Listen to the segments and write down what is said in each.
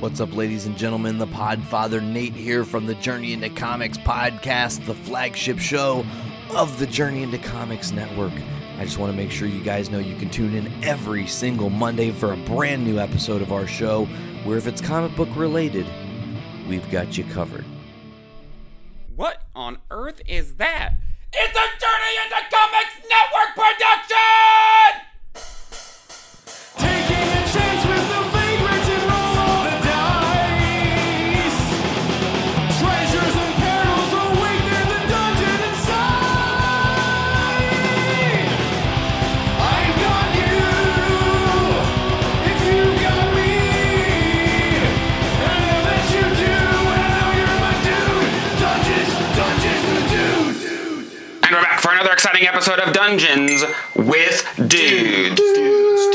What's up, ladies and gentlemen? The Podfather Nate here from the Journey into Comics podcast, the flagship show of the Journey into Comics Network. I just want to make sure you guys know you can tune in every single Monday for a brand new episode of our show, where if it's comic book related, we've got you covered. What on earth is that? It's a Journey into Comics Network production! Taking a chance with the vagrants and roll all the dice. Treasures and perils await in the dungeon inside. I've got you, if you've got me. And I let you do, and now you're my dude. Dungeons, dungeons, the dudes. And we're back for another exciting episode of Dungeons with Dudes. Dudes,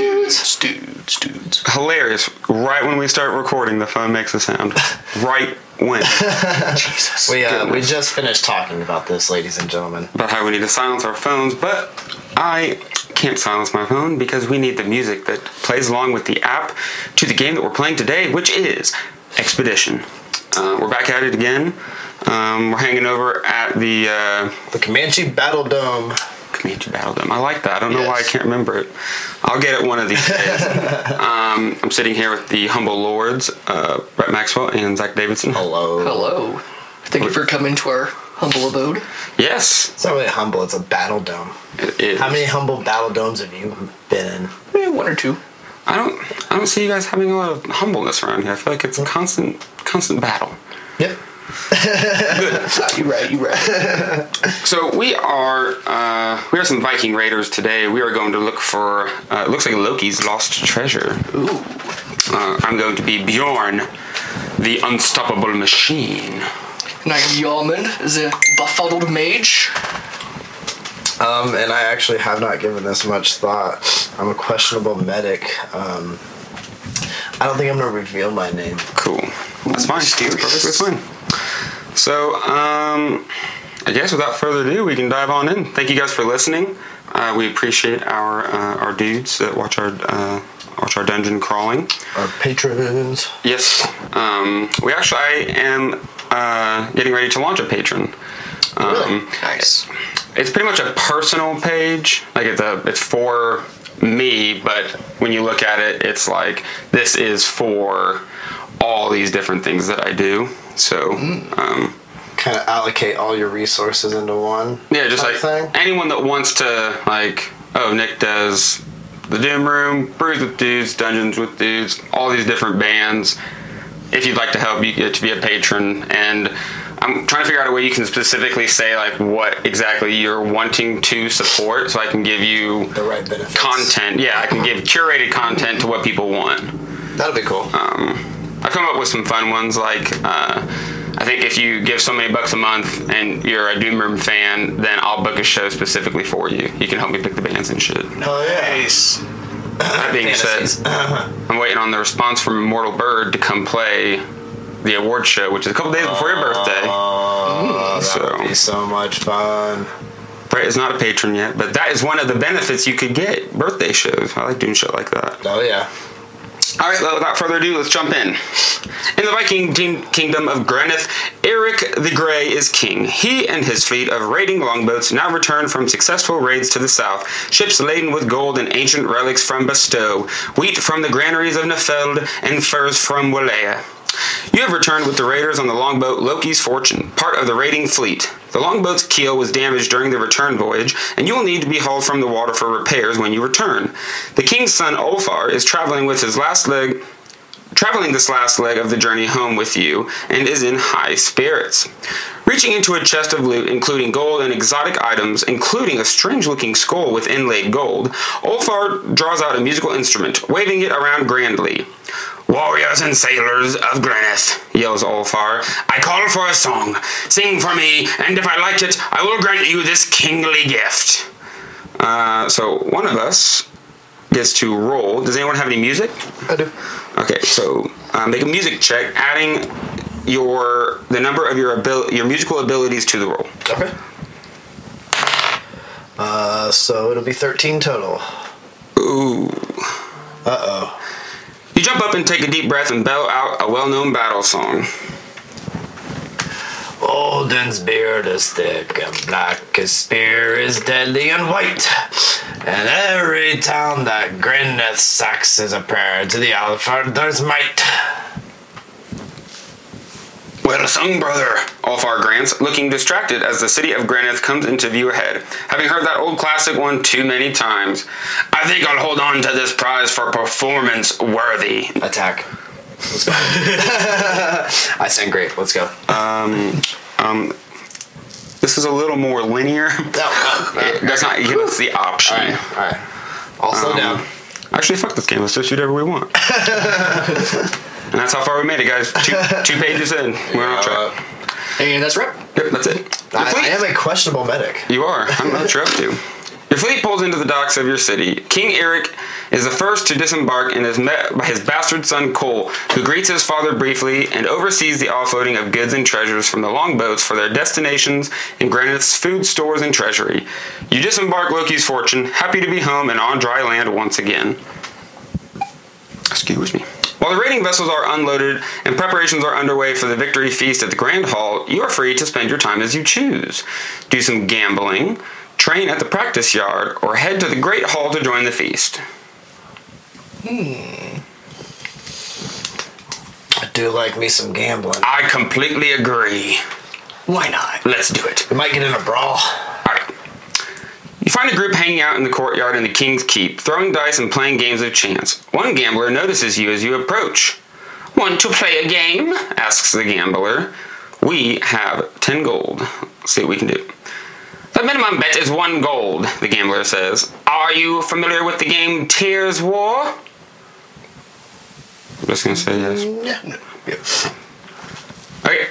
dudes, dudes, dudes. Hilarious. Right when we start recording, the phone makes a sound. right when. Jesus. We uh, we goodness. just finished talking about this, ladies and gentlemen. About how we need to silence our phones, but I can't silence my phone because we need the music that plays along with the app to the game that we're playing today, which is Expedition. Uh, we're back at it again. Um, we're hanging over at the. Uh, The Comanche Battle Dome. Comanche Battle Dome. I like that. I don't know why I Yes. can't remember it. I'll get it one of these days. um, I'm sitting here with the humble lords, uh, Brett Maxwell and Zach Davidson. Hello. Hello. Thank you for coming to our humble abode. Yes, It's not really humble. It's a battle dome. it is. How many humble battle domes have you been in? Eh, one or two. I don't. I don't see you guys having a lot of humbleness around here. I feel like it's a Mm-hmm. constant, constant battle. Yep. You're right, you're right. So we are uh, we are some Viking raiders today. We are going to look for uh, it looks like Loki's lost treasure. Ooh. Uh, I'm going to be Bjorn, the unstoppable machine. And I am Yawman as a befuddled mage. Um, and I actually have not given this much thought. I'm a questionable medic. Um, I don't think I'm gonna reveal my name. Cool. That's fine. That's perfectly fine. So, um, I guess without further ado, we can dive on in. Thank you guys for listening. Uh, we appreciate our uh, our dudes that watch our uh, watch our dungeon crawling. Our patrons. Yes. Um, we actually I am uh, getting ready to launch a patron. Um, Really? Nice. It's pretty much a personal page. Like it's a it's for me, but when you look at it, it's like this is for all these different things that I do. So um, Kind of allocate all your resources into one. yeah, just type like anyone that wants to like oh Nick does the Doom Room, Brews with Dudes, Dungeons with Dudes, all these different bands. If you'd like to help, you get to be a patron, and I'm trying to figure out a way you can specifically say like what exactly you're wanting to support, so I can give you the right benefits. content. Yeah, I can give curated content to what people want. That'll be cool. Oh, I've come up with some fun ones like uh, I think if you give so many bucks a month and you're a Doom Room fan, then I'll book a show specifically for you. You can help me pick the bands and shit. Hell yeah. Nice. That being said, I'm waiting on the response from Immortal Bird to come play the award show, which is a couple days before your birthday. Oh, that would So- be so much fun. Brett is not a patron yet, but that is one of the benefits you could get birthday shows. I like doing shit like that. Oh yeah. All right, well, without further ado, let's jump in. In the Viking king- kingdom of Greneth, Eric the Grey is king. He and his fleet of raiding longboats now return from successful raids to the south, ships laden with gold and ancient relics from Bestow, wheat from the granaries of Nefeld, and furs from Walea. You have returned with the raiders on the longboat Loki's Fortune, part of the raiding fleet. The longboat's keel was damaged during the return voyage, and you will need to be hauled from the water for repairs when you return. The king's son Olfar is traveling with his last leg traveling this last leg of the journey home with you and is in high spirits. Reaching into a chest of loot, including gold and exotic items, including a strange looking skull with inlaid gold, Olfar draws out a musical instrument, waving it around grandly. Warriors and sailors of Greneth, yells Olfar, I call for a song. Sing for me, and if I like it, I will grant you this kingly gift. Uh, so one of us gets to roll. Does anyone have any music? I do. Okay, so um, make a music check, adding your the number of your abil- your musical abilities to the roll. Okay. Uh, so it'll be 13 total. Ooh. Uh oh. You jump up and take a deep breath and bellow out a well known battle song. Odin's beard is thick and black, his spear is deadly and white. And every town that Grineth sacks is a prayer to the Alfarder's might. Well sung, brother, Ulfar grants, looking distracted as the city of Granith comes into view ahead, having heard that old classic one too many times. I think I'll hold on to this prize for performance worthy. Attack. Let's go. I sound great. Let's go. This is a little more linear. No, no, no. It does not give us the option. Alright, alright. I'll slow Um, down. Actually, fuck this game. Let's just shoot whatever we want. and that's how far we made it, guys. Two, two pages in. We're on Uh, track. And that's right. Yep, that's it. Your I, fleet- I am a questionable medic. You are. I don't know what you're up to. Your fleet pulls into the docks of your city. King Eric is the first to disembark and is met by his bastard son Cole, who greets his father briefly and oversees the offloading of goods and treasures from the longboats for their destinations in Granite's food stores and treasury. You disembark Loki's fortune, happy to be home and on dry land once again. Excuse me. While the raiding vessels are unloaded and preparations are underway for the victory feast at the Grand Hall, you are free to spend your time as you choose. Do some gambling, train at the practice yard, or head to the Great Hall to join the feast. I do like me some gambling. I completely agree. Why not? Let's do it. We might get in a brawl. Alright. You find a group hanging out in the courtyard in the King's Keep, throwing dice and playing games of chance. One gambler notices you as you approach. Want to play a game? asks the gambler. We have 10 gold. Let's see what we can do. The minimum bet is one gold, the gambler says. Are you familiar with the game Tears War? I'm just gonna say yes. Yeah. Okay,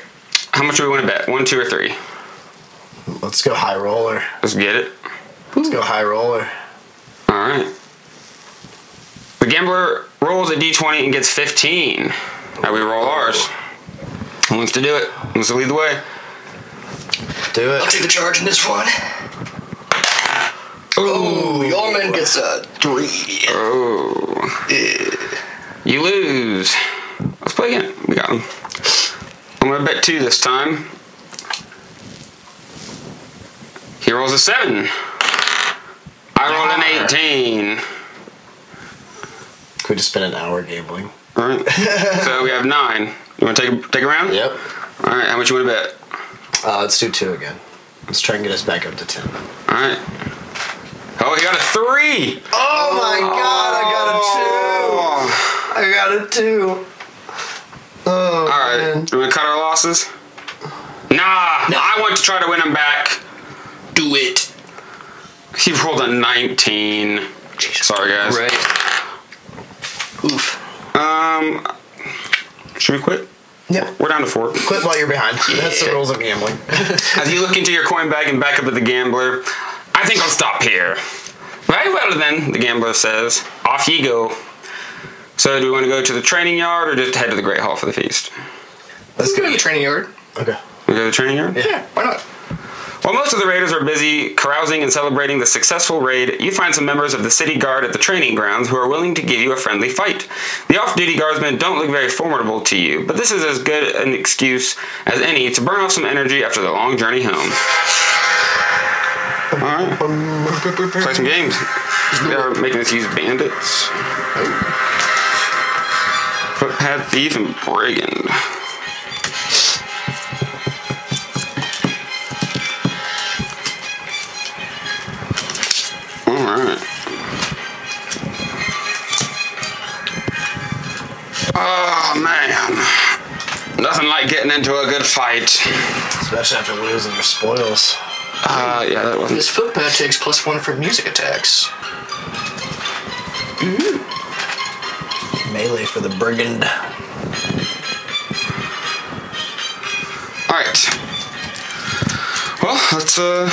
how much do we want to bet? One, two, or three? Let's go high roller. Let's get it. Let's go high roller. All right. The gambler rolls a d20 and gets 15. Now we roll ours. Who wants to do it? Who wants to lead the way? Do I'll it. take the charge in this one. Oh, Yarman gets a three. Oh. You lose. Let's play again. We got him. I'm going to bet two this time. He rolls a seven. I rolled an 18. Could we just spend an hour gambling? All right. so we have nine. You want to take a, take a round? Yep. All right. How much you want to bet? Uh, let's do two again. Let's try and get us back up to ten. All right. Oh, he got a three. Oh my god! Oh. I got a two. I got a two. All Oh right. man. Do we cut our losses? Nah. No. I want to try to win him back. Do it. He rolled a 19. Sorry, guys. Right. Oof. Um, should we quit? Yeah. We're down to four. Quit while you're behind. That's the rules of gambling. As you look into your coin bag and back up at the gambler, I think I'll stop here. Very well then, the gambler says. Off ye go. So, do we want to go to the training yard or just head to the Great Hall for the feast? Let's Let's go to go. the training yard. Okay. We go to the training yard? Yeah, why not? While most of the raiders are busy carousing and celebrating the successful raid, you find some members of the city guard at the training grounds who are willing to give you a friendly fight. The off duty guardsmen don't look very formidable to you, but this is as good an excuse as any to burn off some energy after the long journey home. Alright. Play some games. They are making us use bandits, footpad thief, and brigand. Alright. Oh man. Nothing like getting into a good fight. Especially after losing your spoils. Uh, yeah, that wasn't. This footpad takes plus one for music attacks. Mm-hmm. Melee for the brigand. Alright. Well, let's, uh.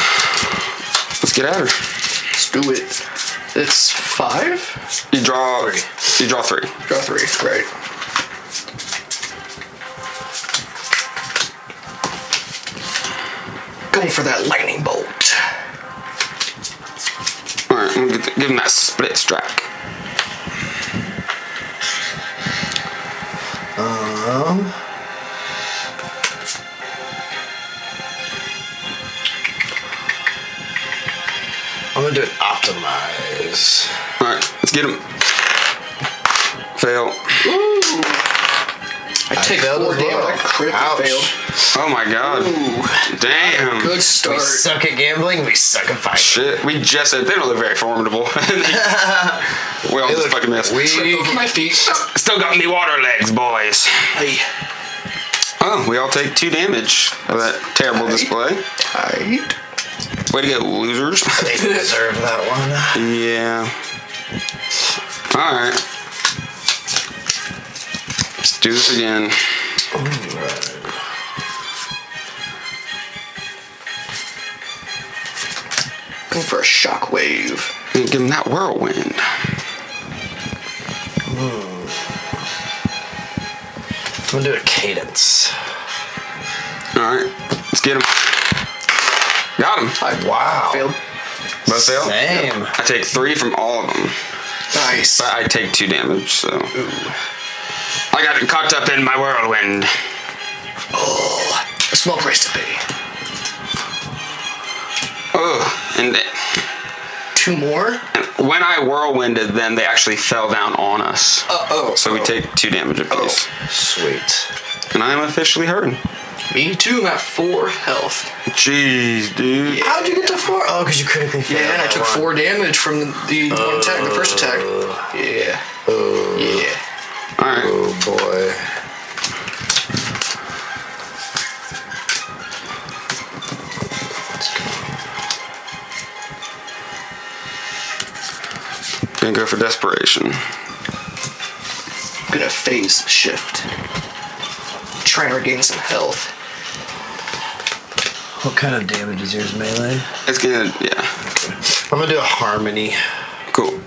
Let's get at her. Let's do it. It's five? You draw. You draw three. Draw three, right. Going for that lightning bolt. Alright, I'm gonna get- give him that split strike. Um, I'm gonna do an optimize. All right, let's get him. Fail. I take failed four as well. damage. I crit Ouch. fail. Oh my god. Damn. Good We start. suck at gambling. We suck at fighting. Shit, we just said they don't look very formidable. we all just fucking mess. Trip We over my feet. Still got me water legs, boys. Hey. Oh, we all take two damage of that terrible display. Tight. Way to go, losers. they deserve that one. yeah. All right. Let's do this again. Go for a shockwave. And give him that whirlwind. I'm gonna do a cadence. All right, let's get him. Got him. Wow. Failed. Both fail. Same. I take three from all of them. Nice. But I take two damage, so. I got caught up in my whirlwind. A small price to pay. Oh, and Two more? when I whirlwinded them, they actually fell down on us. Uh oh. So we take two damage apiece. Sweet. And I am officially hurting. Me too. I'm at four health. Jeez, dude. How'd you get to four? Oh, because you critically failed. Yeah, and I that took one. four damage from the, the one attack, the first attack. Yeah. yeah. Alright. Oh boy. Gonna go for desperation. I'm gonna phase shift. Try and regain some health. What kind of damage is yours, melee? It's gonna, yeah. I'm gonna do a harmony. Cool.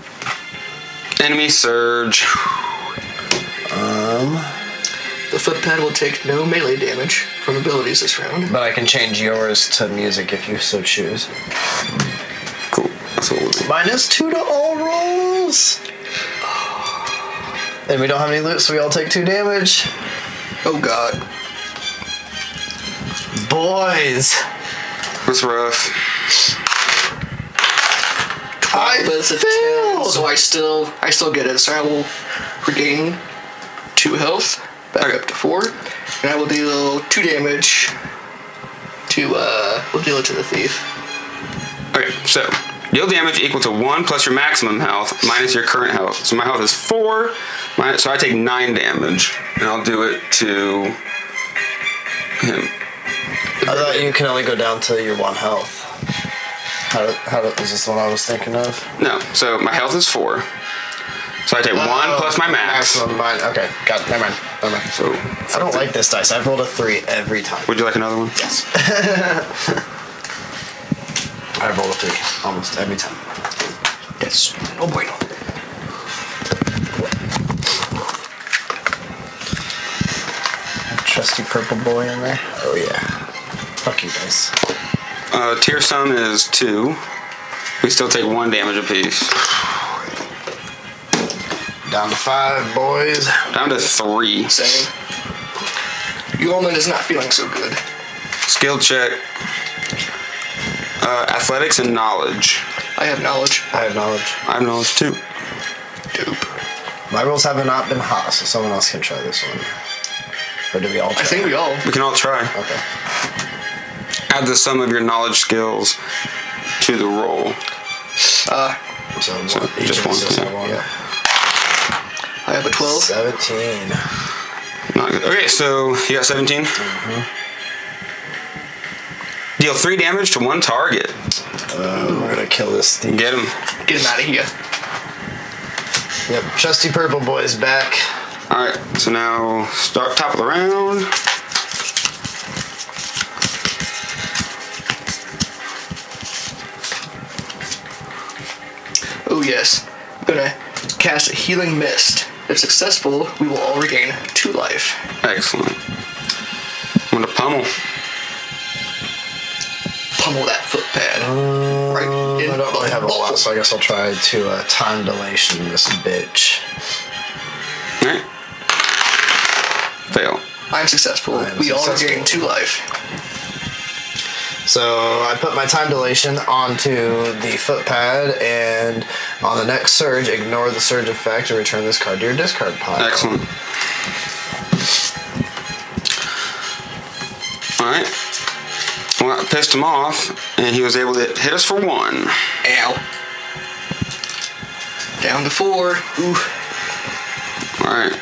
Enemy surge. Um, The foot pad will take no melee damage from abilities this round. but I can change yours to music if you so choose. Cool. That's what we'll do. Minus two to all rolls. And we don't have any loot, so we all take two damage. Oh god. Boys, That's rough. Twelve I is a ten, failed! so I still I still get it. So I will regain two health, back Okay. up to four, and I will deal two damage to uh we'll deal it to the thief. Okay, so deal damage equal to one plus your maximum health minus your current health. So my health is four, minus, so I take nine damage, and I'll do it to him. I thought you can only go down to your one health. How, do- how do- is this the one I was thinking of? No, so my health is four, so I take one Oh, plus my max. Maximum mine. Okay, got it. Never mind. Never mind. So I don't like this dice. I've rolled a three every time. would you like another one? Yes. I roll a three almost every time. Yes. Oh bueno. Trusty purple boy in there. Oh yeah. Fuck you guys. Uh, tear stone is two. We still take one damage apiece. Down to five boys. Down to three. Saying Yeoman is not feeling so good. Skill check. Uh, athletics and knowledge. I have knowledge. I have knowledge. I have knowledge too. Dope. My rolls have not been hot, so someone else can try this one. Or do we all? Try? I think we all We can all try. Okay. add the sum of your knowledge skills to the roll. So, one, So, each just of us one, does yeah. have one. Yeah. I have a 12. Seventeen. Not good. Okay, so you got 17. Deal three damage to one target. Uh, we're gonna kill this thing. Get him. Get him out of here. Yep. Trusty purple boy is back. All right, so now start top of the round. Oh, yes. I'm gonna cast a healing mist. If successful, we will all regain two life. Excellent. I'm gonna pummel. Pummel that foot pad. right in Uh, I don't really the have a lot, ball. so I guess I'll try to uh, time dilation this bitch. All right. fail. I'm successful. I am we all successful. regain two life. So I put my time dilation onto the footpad, and on the next surge, ignore the surge effect and return this card to your discard pile. Excellent. Alright. Well, that pissed him off, and he was able to hit us for one. Ow. Down to four. Ooh. Alright.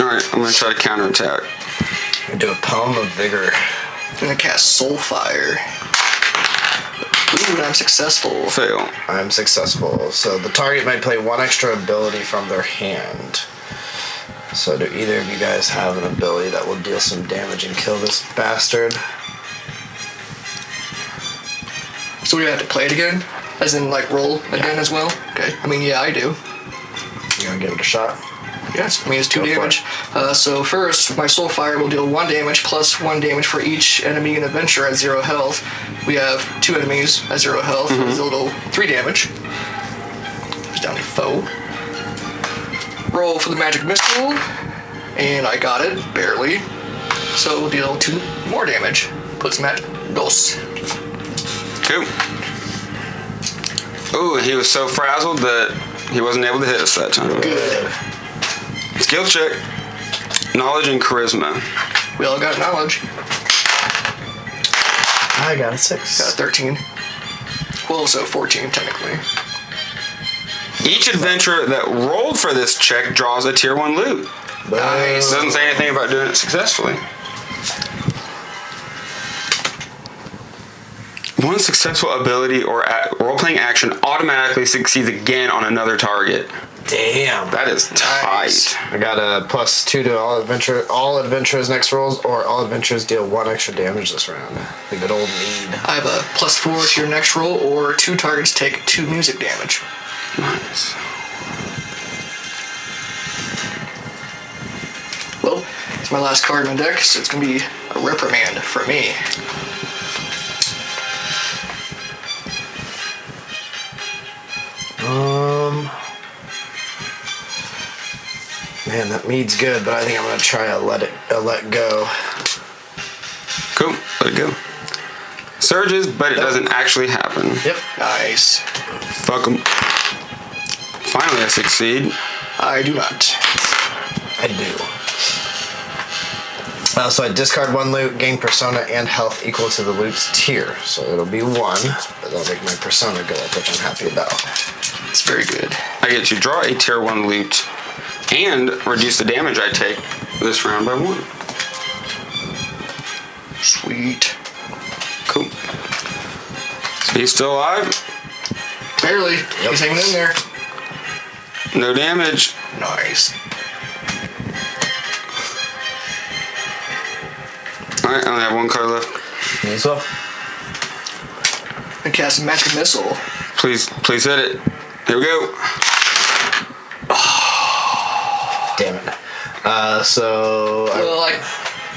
Alright, I'm gonna try to counterattack. We do a poem of vigor. I'm gonna cast Soulfire. Ooh, and I'm successful. Fail. I'm successful. So the target may play one extra ability from their hand. So do either of you guys have an ability that will deal some damage and kill this bastard? So we have to play it again? As in, like, roll again as well? Okay. I mean, yeah, I do. You gonna give it a shot? Yes, I mean it's two Go for damage. Uh, so first, my soul fire will deal one damage plus one damage for each enemy and adventure at zero health. We have two enemies at zero health. Mm-hmm. It's a little three damage. It's down to foe. Roll for the magic missile, and I got it barely. So we'll deal two more damage. Puts him at dos. Cool. Ooh, he was so frazzled that he wasn't able to hit us that time. Good. Skill check. Knowledge and charisma. We all got knowledge. I got a Got a six. Uh, thirteen. Well, so fourteen technically. Each adventurer that rolled for this check draws a tier one loot. It Nice. doesn't say anything about doing it successfully. One successful ability or a- role-playing action automatically succeeds again on another target. Damn. That is Nice. tight. I got a plus two to all adventure, all adventurers next rolls, or all adventurers deal one extra damage this round. The good old mead. I have a plus four to your next roll, or two targets take two music damage. Nice. Well, it's my last card in my deck, so it's gonna be a reprimand for me. Um, man, that mead's good, but I think I'm gonna try a let it a let go. Cool. Let it go. Surges, but it doesn't actually happen. Yep. Nice. Fuck 'em. Finally, I succeed. I do not. I do. Uh, so I discard one loot, gain persona and health equal to the loot's tier. So it'll be one, but that'll make my persona go up, which I'm happy about. It's very good. I get to draw a tier one loot and reduce the damage I take this round by one. Sweet. Cool. He's still alive. Barely. He's hanging in there. No damage. Nice. All right, I only have one card left. Me as well. I cast magic missile. Please, please hit it. Here we go. Damn it. Uh, so I Well, like,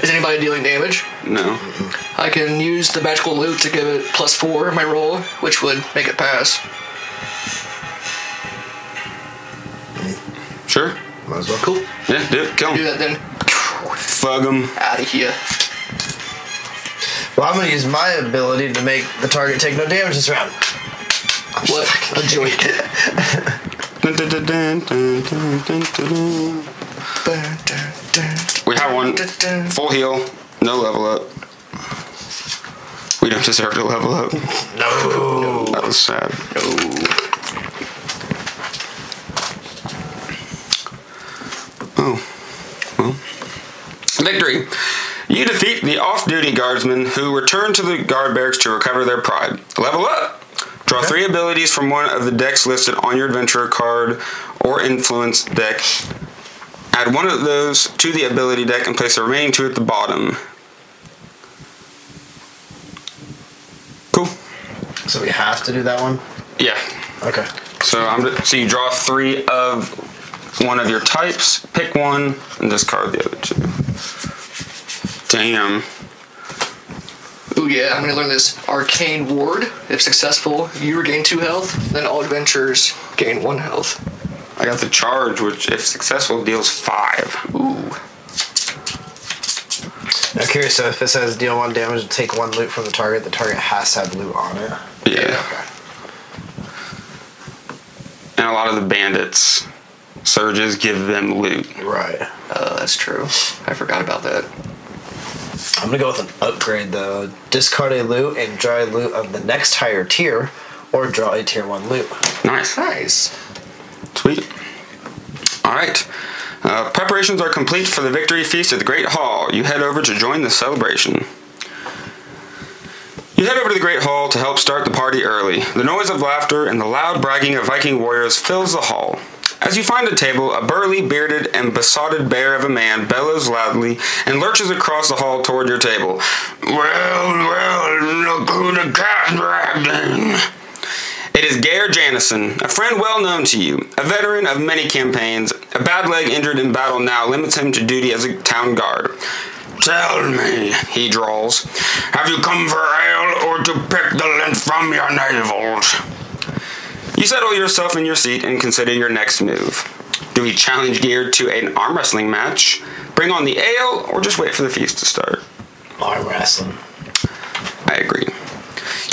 is anybody dealing damage? No. I can use the magical loot to give it plus four in my roll, which would make it pass. Sure. might as well. Cool. Yeah, do it. Kill Do him. that then. Fug him. Out of here. Well, I'm gonna use my ability to make the target take no damage this round. What a joy. Dun, dun, dun, dun, dun, dun, dun, dun. We have one. Full heal. No level up. We don't deserve to level up. No. That was sad. Oh. Well. Victory. You defeat the off duty guardsmen who return to the guard barracks to recover their pride. Level up! Draw three abilities from one of the decks listed on your adventurer card or influence deck. Add one of those to the ability deck and place the remaining two at the bottom. Cool. So we have to do that one. Yeah, Okay. so I'm so you draw three of one of your types, pick one, and discard the other two. Damn. Ooh, yeah, I'm gonna learn this arcane ward. If successful, you regain two health. Then all adventurers gain one health. I got the charge, which, if successful, deals five. Ooh. I'm curious, so if it says deal one damage and take one loot from the target, the target has to have loot on it. Yeah. Okay. And a lot of the bandits, surges give them loot. Right. Uh, that's true. I forgot about that. I'm gonna go with an upgrade though. Discard a loot and draw a loot of the next higher tier, or draw a tier one loot. Nice. Nice. Sweet. All right. Uh, preparations are complete for the victory feast at the Great Hall. You head over to join the celebration. You head over to the Great Hall to help start the party early. The noise of laughter and the loud bragging of Viking warriors fills the hall. As you find a table, a burly, bearded, and besotted bear of a man bellows loudly and lurches across the hall toward your table. Well, well, look who the cat dragged in. It is Gare Janison, a friend well known to you, a veteran of many campaigns. A bad leg injured in battle now limits him to duty as a town guard. Tell me, he drawls, have you come for ale or to pick the lint from your navels? You settle yourself in your seat and consider your next move. Do we challenge Gare to an arm wrestling match, bring on the ale, or just wait for the feast to start? Arm wrestling. I agree.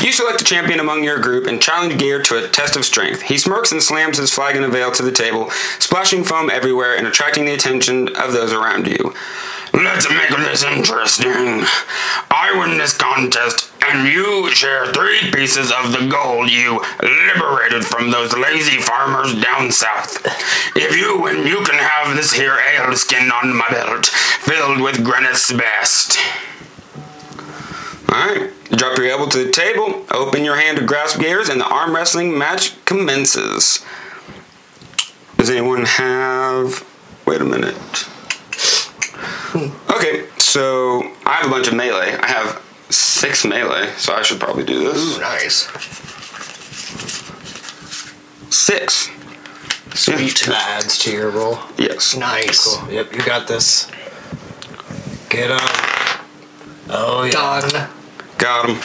You select a champion among your group and challenge Gear to a test of strength. He smirks and slams his flagon of ale to the table, splashing foam everywhere and attracting the attention of those around you. Let's make this interesting. I win this contest, and you share three pieces of the gold you liberated from those lazy farmers down south. If you win, you can have this here ale skin on my belt, filled with Greneth's best. Alright, drop your elbow to the table, open your hand to grasp gears, and the arm wrestling match commences. Does anyone have. Wait a minute. Okay, so I have a bunch of melee. I have six melee, so I should probably do this. Nice. Six. Sweet. That adds to your roll. Yes. Nice. Cool. Yep, you got this. Get up. Oh yeah. Done. Got him.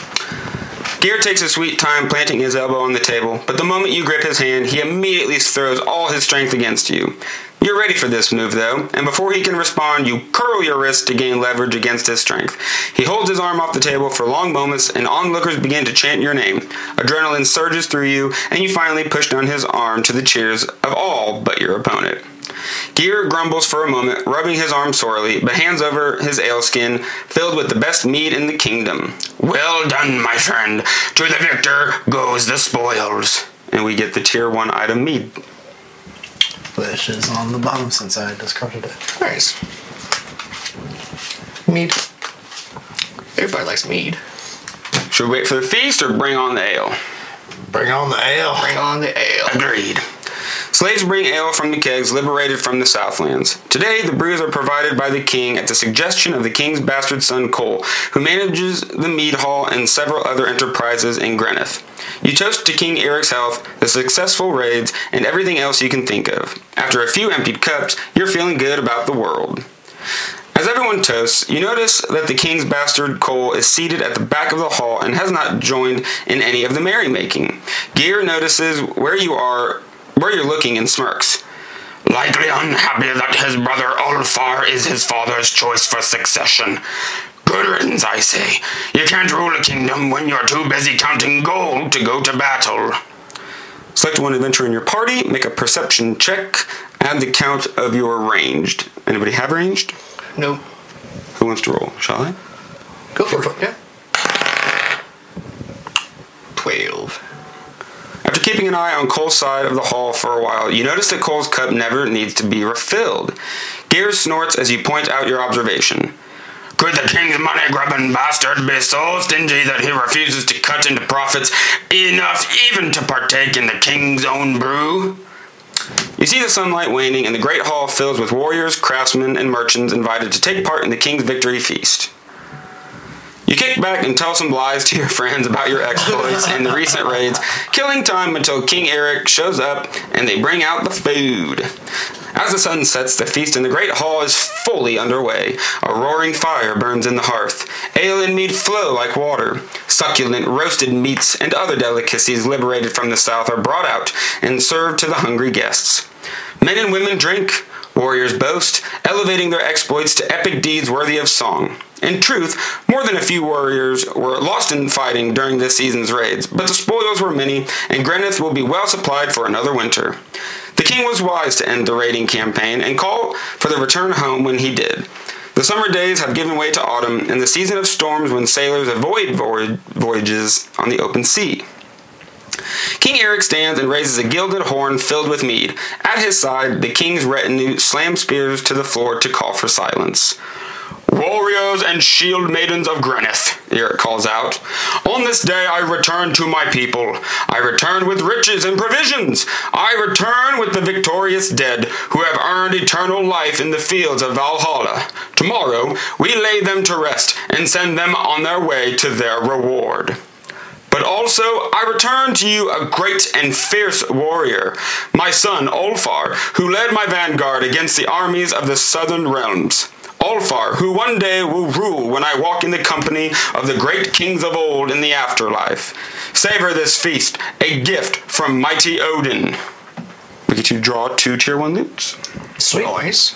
Gear takes a sweet time planting his elbow on the table, but the moment you grip his hand, he immediately throws all his strength against you. You're ready for this move, though, and before he can respond, you curl your wrist to gain leverage against his strength. He holds his arm off the table for long moments, and onlookers begin to chant your name. Adrenaline surges through you, and you finally push down his arm to the cheers of all but your opponent. Gear grumbles for a moment, rubbing his arm sorely, but hands over his aleskin filled with the best mead in the kingdom. Well done, my friend. To the victor goes the spoils. And we get the tier one item mead. Which is on the bottom since I discarded it. Nice. Mead. Everybody likes mead. Should we wait for the feast or bring on the ale? Bring on the ale. Bring on the ale. Agreed. Slaves bring ale from the kegs liberated from the Southlands. Today, the brews are provided by the king at the suggestion of the king's bastard son Cole, who manages the mead hall and several other enterprises in Greneth. You toast to King Eric's health, the successful raids, and everything else you can think of. After a few emptied cups, you're feeling good about the world. As everyone toasts, you notice that the king's bastard Cole is seated at the back of the hall and has not joined in any of the merrymaking. Gear notices where you are, where you're looking, and smirks. Likely unhappy that his brother Ulfar is his father's choice for succession. Good riddance, I say. You can't rule a kingdom when you're too busy counting gold to go to battle. Select one adventurer in your party, make a perception check, add the count of your ranged. Anybody have ranged? No. Who wants to roll? Shall I? Go for it. Yeah. Twelve. After keeping an eye on Cole's side of the hall for a while, you notice that Cole's cup never needs to be refilled. Gears snorts as you point out your observation. Could the king's money grubbing bastard be so stingy that he refuses to cut into profits enough even to partake in the king's own brew? You see the sunlight waning, and the great hall fills with warriors, craftsmen, and merchants invited to take part in the king's victory feast. You You kick back and tell some lies to your friends about your exploits in the recent raids, killing time until King Eric shows up and they bring out the food. As the sun sets, the feast in the great hall is fully underway. A roaring fire burns in the hearth. Ale and mead flow like water. Succulent roasted meats and other delicacies liberated from the south are brought out and served to the hungry guests. Men and women drink, warriors boast, elevating their exploits to epic deeds worthy of song. In truth, more than a few warriors were lost in fighting during this season's raids, but the spoils were many, and Grenith will be well supplied for another winter. The king was wise to end the raiding campaign and call for the return home when he did. The summer days have given way to autumn, and the season of storms when sailors avoid voy- voyages on the open sea. King Eric stands and raises a gilded horn filled with mead. At his side, the king's retinue slams spears to the floor to call for silence. Warriors and shield maidens of Greneth, Eric calls out. On this day I return to my people. I return with riches and provisions. I return with the victorious dead who have earned eternal life in the fields of Valhalla. Tomorrow we lay them to rest and send them on their way to their reward. But also, I return to you a great and fierce warrior, my son Olfar, who led my vanguard against the armies of the southern realms. Olfar, who one day will rule when I walk in the company of the great kings of old in the afterlife. Savor this feast, a gift from mighty Odin. We get to draw two tier one loots. Sweet. Nice.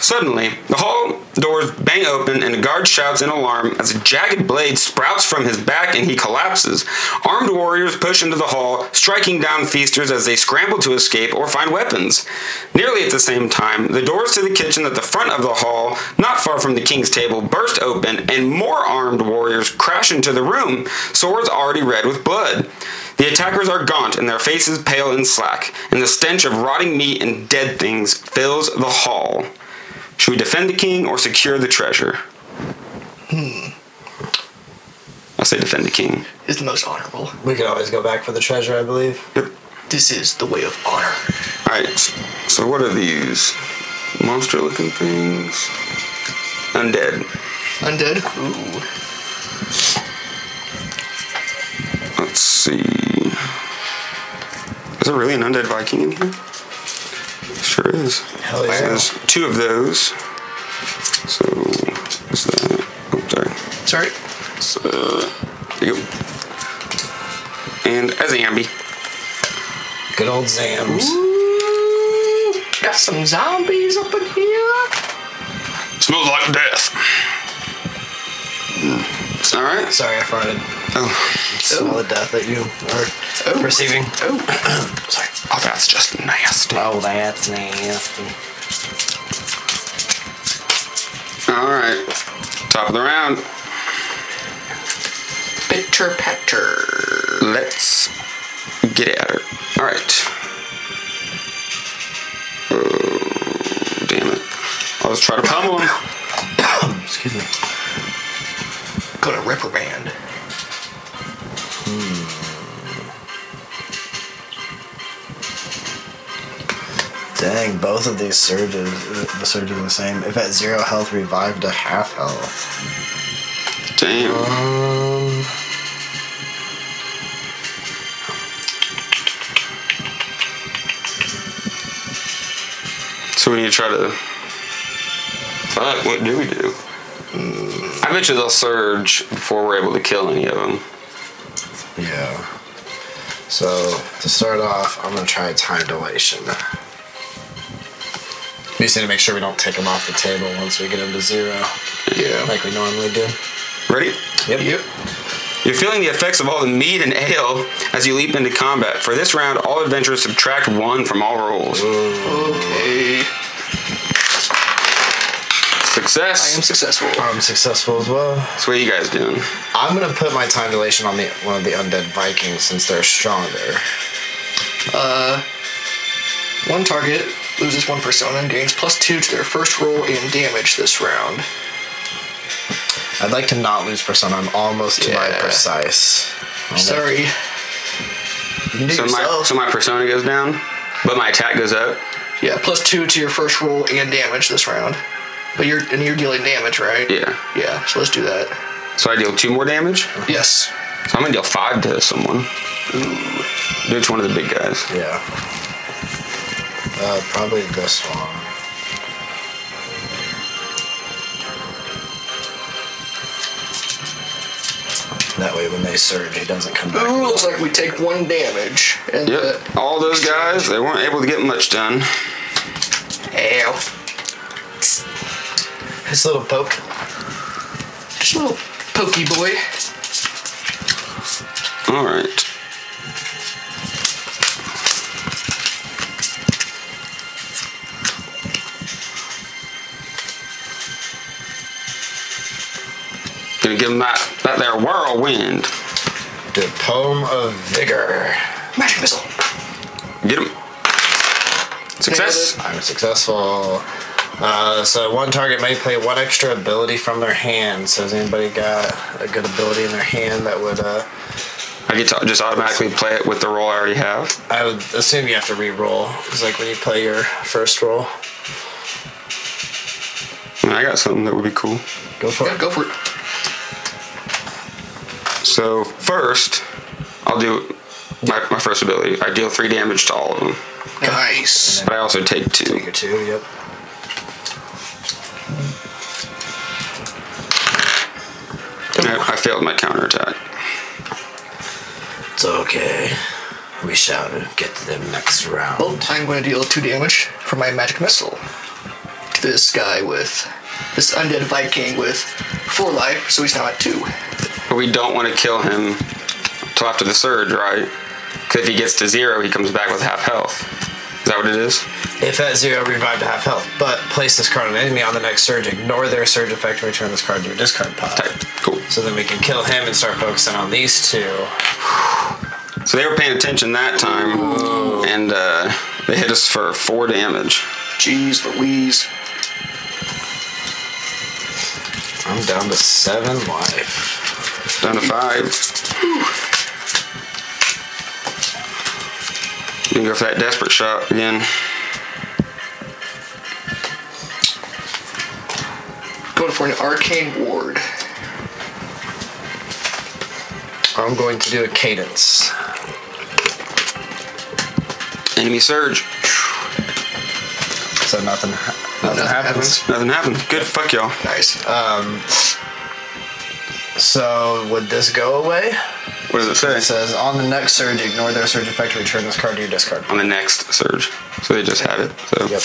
Suddenly, the hall doors bang open and a guard shouts in alarm as a jagged blade sprouts from his back and he collapses. Armed warriors push into the hall, striking down feasters as they scramble to escape or find weapons. Nearly at the same time, the doors to the kitchen at the front of the hall, not far from the king's table, burst open and more armed warriors crash into the room, swords already red with blood. The attackers are gaunt and their faces pale and slack, and the stench of rotting meat and dead things fills the hall. Should we defend the king or secure the treasure? Hmm. I say defend the king. Is the most honorable. We could always go back for the treasure, I believe. This is the way of honor. All right. s- So what are these monster-looking things? Undead. Undead. Ooh. Let's see. Is there really an undead Viking in here? Sure is. Hell yeah. There's two of those. So what's that? Oh, sorry. Sorry. So, there you go. And as Ambi. Good old Zams. Ooh, got some zombies up in here. Smells like death. All right. Sorry, I farted. Oh, Smell the death that you are Oh. receiving. Oh, sorry. Oh, that's just nasty. Oh, that's nasty. All right. Top of the round. bitter patter. Let's get at her. All right. Oh, damn it. I'll just try to pummel him. Excuse me. Gonna reprimand. Dang, both of these surges, uh, the surge is the same. If at zero health, revived to half health. Damn. Um. So we need to try to. Fuck, what do we do? I bet you they'll surge before we're able to kill any of them. Yeah. So to start off, I'm gonna try time dilation. We just need to make sure we don't take them off the table once we get them to zero, Yeah. like we normally do. Ready? Yep. You're feeling the effects of all the mead and ale as you leap into combat. For this round, all adventurers subtract one from all rolls. Okay. I am Success. successful. I'm successful as well. That's what you guys doing. I'm gonna put my time dilation on the one of the undead Vikings since they're stronger. One target loses one persona and gains plus two to their first roll in damage this round. I'd like to not lose persona. I'm almost to my Yeah. precise. Sorry. You can do So my, yourself. so my persona goes down, but my attack goes up. Yeah, plus two to your first roll and damage this round. But you're and you're dealing damage, right? Yeah. Yeah. So let's do that. So I deal two more damage. So Yes. I'm gonna deal five to someone. Ooh. It's one of the big guys. Yeah. Uh, probably this one. That way, when they surge, he doesn't come The back. rule is like we take one damage and Yep. the All those guys, they weren't able to get much done. uh, Ow. His little poke. Just a little pokey boy. All right. Gonna give them that, that there whirlwind. The poem of vigor. Magic missile. Get them. Success. I'm successful. Uh, so one target may play one extra ability from their hand. So has anybody got a good ability in their hand that would? Uh, I get to just automatically play it with the roll I already have. I would assume you have to re-roll. It's like when you play your first roll. And I got something that would be cool. Go for Yeah, it. go for it. So first, I'll do my, my first ability. I deal three damage to all of them, Nice. but I also take two. Figure two. Yep. I, I failed my counterattack. It's okay. We shall get to them next round. Well, I'm going to deal two damage from my magic missile. to This guy with this undead Viking with four life, so he's now at two. But we don't want to kill him till after the surge, right? Because if he gets to zero, he comes back with half health. Is that what it is? If at zero, revive to half health, but place this card on an enemy on the next surge. Ignore their surge effect and return this card to your discard pile. Okay, cool. So then we can kill him and start focusing on these two. So they were paying attention that time, and uh, they hit us for four damage. Jeez Louise. I'm down to seven life. Down to five. You can go for that desperate shot again. Going for an arcane ward. I'm going to do a cadence. Enemy surge. So nothing, nothing happens. Nothing happened. Good. Fuck y'all. Nice. Uh, So would this go away? What does it It say? says on the next surge, ignore their surge effect, return this card to your discard. On the next surge. So they just had it. So Yep.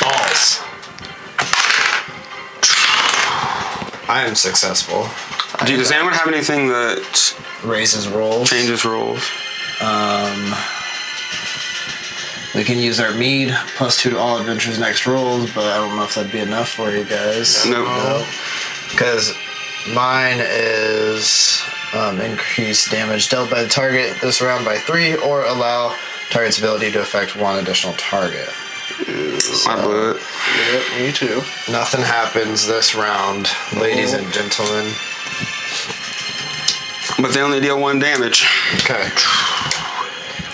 Balls. I am successful. Dude, does anyone have anything that Raises rolls. changes rules? We can use our mead plus two to all adventures next rolls, but I don't know if that'd be enough for you guys. No. Because mine is um, increase damage dealt by the target this round by three, or allow target's ability to affect one additional target. I blew it. yep, me too. Nothing happens this round, ladies and gentlemen. But they only deal one damage. Okay.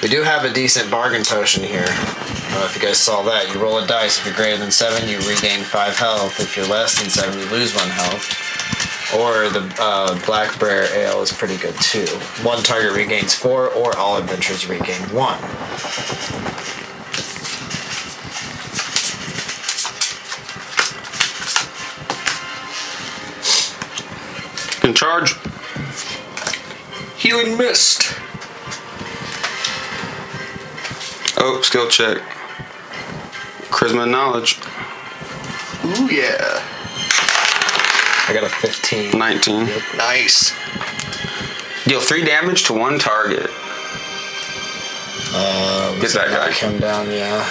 We do have a decent bargain potion here. I don't know if you guys saw that. You roll a dice. If you're greater than seven, you regain five health. If you're less than seven, you lose one health. Or the uh, Black Bear Ale is pretty good too. One target regains four, or all adventures regain one. Can charge. Healing mist. Oh, skill check. Charisma and knowledge. Ooh yeah. I got a 15. 19. Nice. Deal three damage to one target. Um, Get that guy. Knock him down, yeah.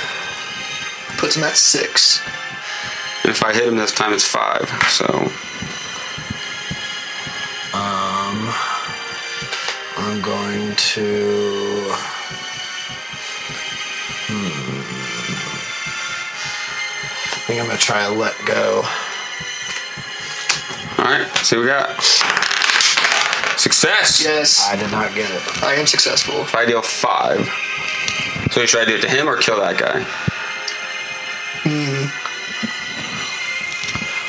Puts him at six. And if I hit him this time, it's five. So I'm going to. Hmm. I think I'm gonna try and let go. All right, see what we got. Success. Yes. I did not get it. I am successful. If I deal five, so should I do it to him or kill that guy?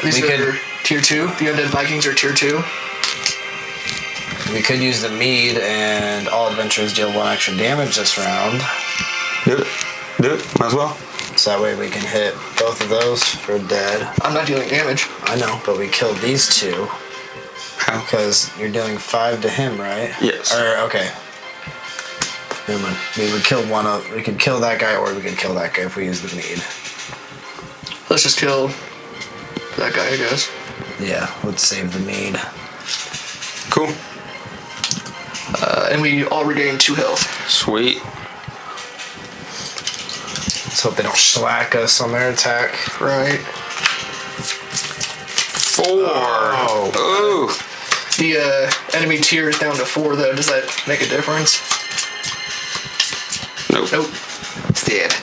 These We are could- tier two. The undead Vikings are tier two. We could use the mead, and all adventurers deal one extra damage this round. Do it. Do it. Might as well. So that way we can hit both of those for dead. I'm not dealing damage. I know, but we killed these two How? because you're dealing five to him, right? Yes. Or okay. Never mind. We would kill one of. We could kill that guy, or we could kill that guy if we use the mead. Let's just kill that guy, I guess. Yeah. Let's save the mead. Cool. Uh, and we all regain two health. Sweet. Let's hope they don't slack us on their attack. Right. Four. Oh. The uh, enemy tier is down to four, though. Does that make a difference? Nope. Nope. It's dead.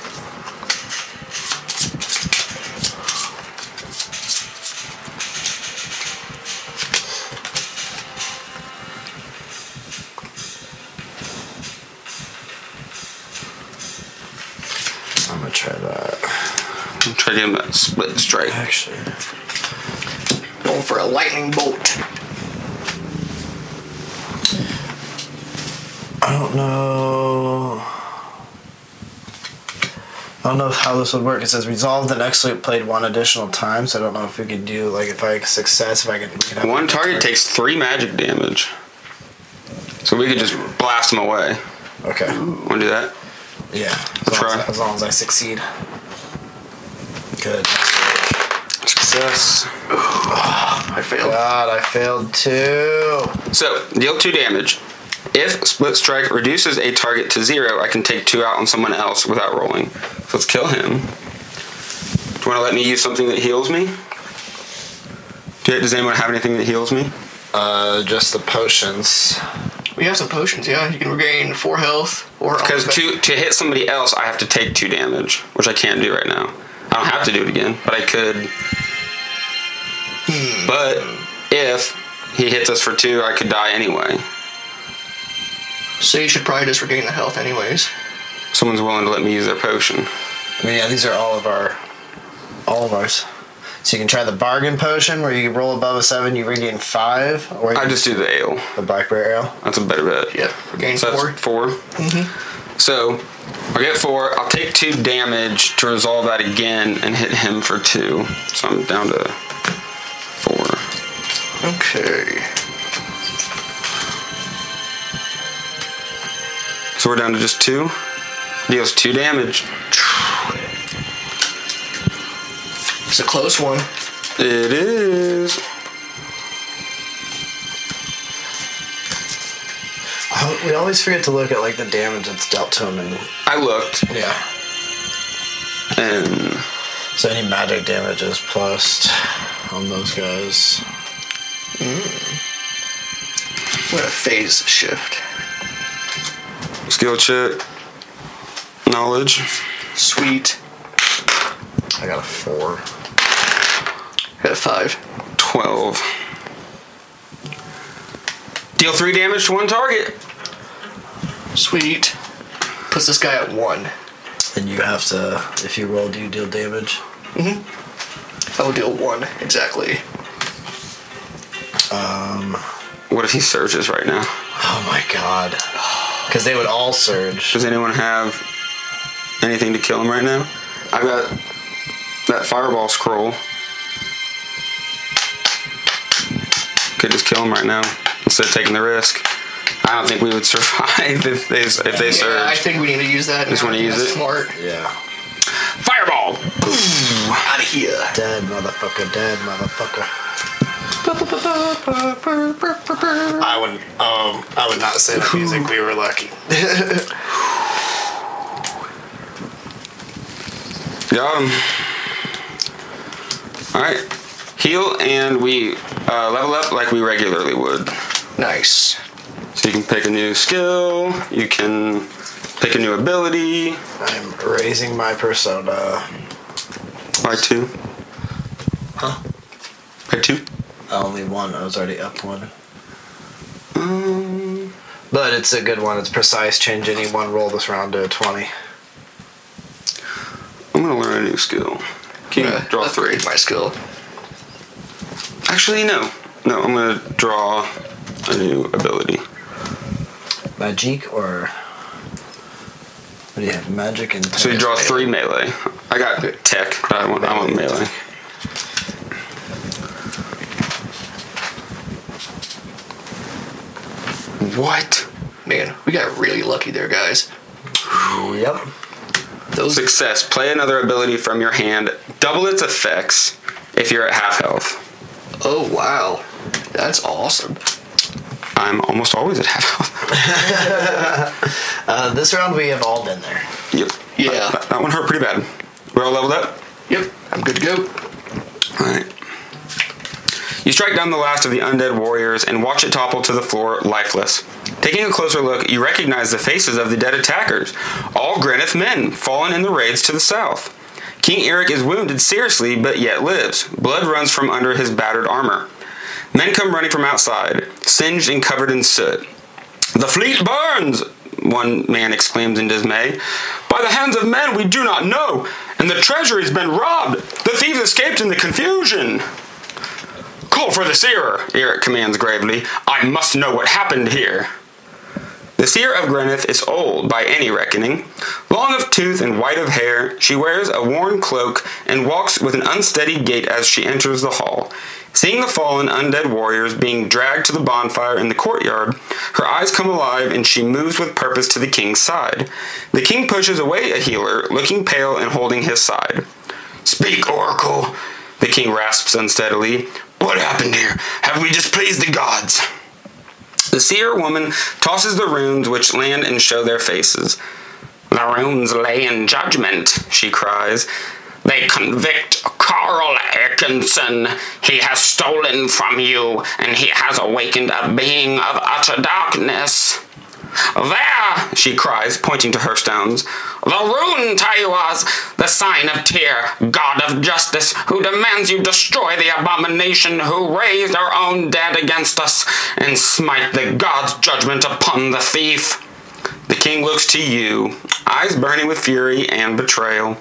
I'm gonna try that. Try to give him that split strike. Actually, Going for a lightning bolt. I don't know. I don't know if how this would work. It says resolve the next loop played one additional time, so I don't know if we could do like if I success if I could. We could have One target takes three magic damage. So we could just blast him away. Okay. Wanna do that? Yeah. Let's As long try. as, as long as I succeed. Good. Success. I failed. God, I failed too. So, deal two damage. If Split Strike reduces a target to zero, I can take two out on someone else without rolling. So let's kill him. Do you want to let me use something that heals me? Do- Does anyone have anything that heals me? Uh, just the potions. We have some potions, yeah. You can regain four health or Because to, to hit somebody else, I have to take two damage, which I can't do right now. I don't have to do it again, but I could. But if he hits us for two, I could die anyway. So you should probably just regain the health, anyways. Someone's willing to let me use their potion. I mean, yeah, these are all of our, all of ours. So you can try the bargain potion where you roll above a seven, you regain five, or you I can just do the ale. do the blackberry arrow. That's a better bet. Yep. Regain So four. that's 4 Mm-hmm. So I get four. I'll take two damage to resolve that again and hit him for two. So I'm down to four. Okay. So we're down to just two. Deals two damage. It's a close one. It is. Oh, We always forget to look at like the damage that's dealt to him, and I looked yeah. and So any magic damage is plus on those guys. What a phase shift. skill check. Knowledge. Sweet. I got a four. At five. 12. Deal three damage to one target. Sweet. Puts this guy at one. And you have to, if you roll, do you deal damage? I will deal one exactly. What if he surges right now? Oh my god. Because they would all surge. Does anyone have anything to kill him right now? I got that fireball scroll. Could just kill him right now instead of taking the risk. I don't think we would survive if they if they Yeah, I surge. think we need to use that. Just now. wanna use That's it? Smart. Yeah. Fireball! Out of here. Dead motherfucker, dead motherfucker. I would um I would not say the music we were lucky. Got him. All right, heal and we uh, level up like we regularly would. Nice. So you can pick a new skill. You can pick a new ability. I'm raising my persona. By two. Huh? By two. Only one, I was already up one. But it's a good one. It's precise. Change any one roll this round to a twenty. I'm gonna learn a new skill. Can you Uh, draw three? upgrade My skill. Actually, no. No, I'm gonna draw a new ability. Magic or. What do you have? Magic and. So you draw three melee. I got tech, but I want, I want melee. What? Man, we got really lucky there, guys. Yep. Those Success. Play another ability from your hand. Double its effects if you're at half health. Oh wow, that's awesome. I'm almost always at half health. Uh, this round we have all been there. Yep. Yeah. That, that one hurt pretty bad. We're all leveled up? Yep, I'm good to go. Alright. You strike down the last of the undead warriors and watch it topple to the floor, lifeless. Taking a closer look, you recognize the faces of the dead attackers, all Grenith men, fallen in the raids to the south. King Eric is wounded seriously, but yet lives. Blood runs from under his battered armor. Men come running from outside, singed and covered in soot. The fleet burns! One man exclaims in dismay. By the hands of men we do not know, and the treasury's been robbed! The thieves escaped in the confusion! Call for the seer, Eric commands gravely. I must know what happened here. The seer of Grenith is old by any reckoning. Long of tooth and white of hair, she wears a worn cloak and walks with an unsteady gait as she enters the hall. Seeing the fallen undead warriors being dragged to the bonfire in the courtyard, her eyes come alive and she moves with purpose to the king's side. The king pushes away a healer, looking pale and holding his side. Speak, Oracle, the king rasps unsteadily. What happened here? Have we displeased the gods? The seer woman tosses the runes which land and show their faces. The runes lay in judgment, she cries. They convict Carl Atkinson. He has stolen from you, and he has awakened a being of utter darkness. There, she cries, pointing to her stones. The rune Taiwas, the sign of Tyr, god of justice, who demands you destroy the abomination who raised our own dead against us, and smite the god's judgment upon the thief. The king looks to you, eyes burning with fury and betrayal.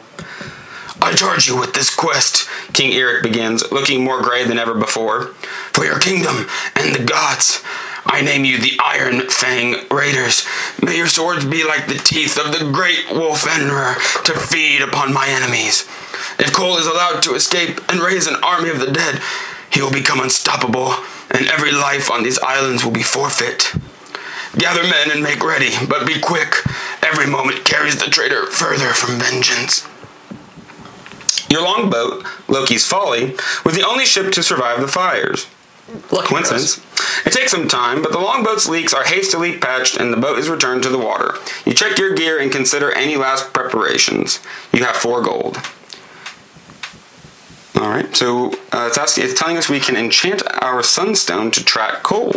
I charge you with this quest, King Eric begins, looking more grave than ever before. For your kingdom and the gods. I name you the Iron Fang Raiders. May your swords be like the teeth of the great wolf Enrer to feed upon my enemies. If Cole is allowed to escape and raise an army of the dead, he will become unstoppable, and every life on these islands will be forfeit. Gather men and make ready, but be quick. Every moment carries the traitor further from vengeance. Your longboat, Loki's Folly, was the only ship to survive the fires. Lucky Coincidence. It takes some time, but the longboat's leaks are hastily patched and the boat is returned to the water. You check your gear and consider any last preparations. You have four gold. Alright, so uh, it's, asking, it's telling us we can enchant our sunstone to track coal.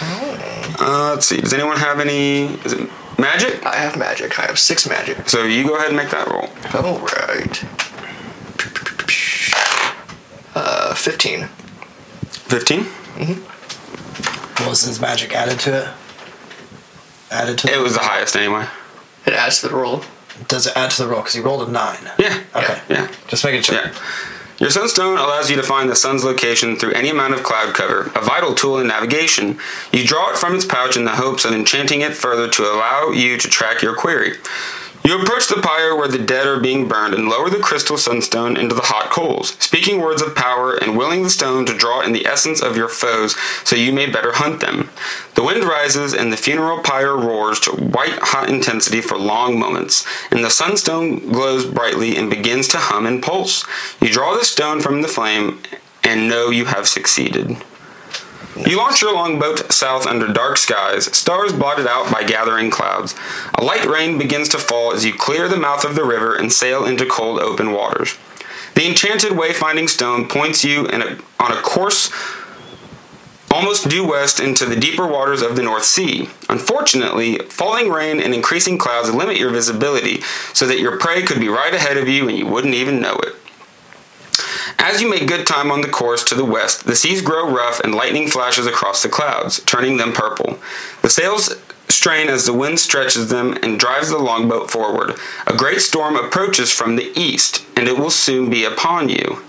Uh, let's see, does anyone have any is it magic? I have magic. I have six magic. So you go ahead and make that roll. All right. Uh, fifteen. 15? Wilson's magic added to it. Added to It the, was the highest anyway. It adds to the roll. Does it add to the roll? Because he rolled a nine. Yeah. Okay. Yeah. Just making sure. Yeah. Your sunstone allows you to find the sun's location through any amount of cloud cover, a vital tool in navigation. You draw it from its pouch in the hopes of enchanting it further to allow you to track your query. You approach the pyre where the dead are being burned and lower the crystal sunstone into the hot coals, speaking words of power and willing the stone to draw in the essence of your foes so you may better hunt them. The wind rises and the funeral pyre roars to white hot intensity for long moments, and the sunstone glows brightly and begins to hum and pulse. You draw the stone from the flame and know you have succeeded. You launch your longboat south under dark skies, stars blotted out by gathering clouds. A light rain begins to fall as you clear the mouth of the river and sail into cold open waters. The enchanted wayfinding stone points you in a, on a course almost due west into the deeper waters of the North Sea. Unfortunately, falling rain and increasing clouds limit your visibility so that your prey could be right ahead of you and you wouldn't even know it. As you make good time on the course to the west, the seas grow rough and lightning flashes across the clouds, turning them purple. The sails strain as the wind stretches them and drives the longboat forward. A great storm approaches from the east, and it will soon be upon you.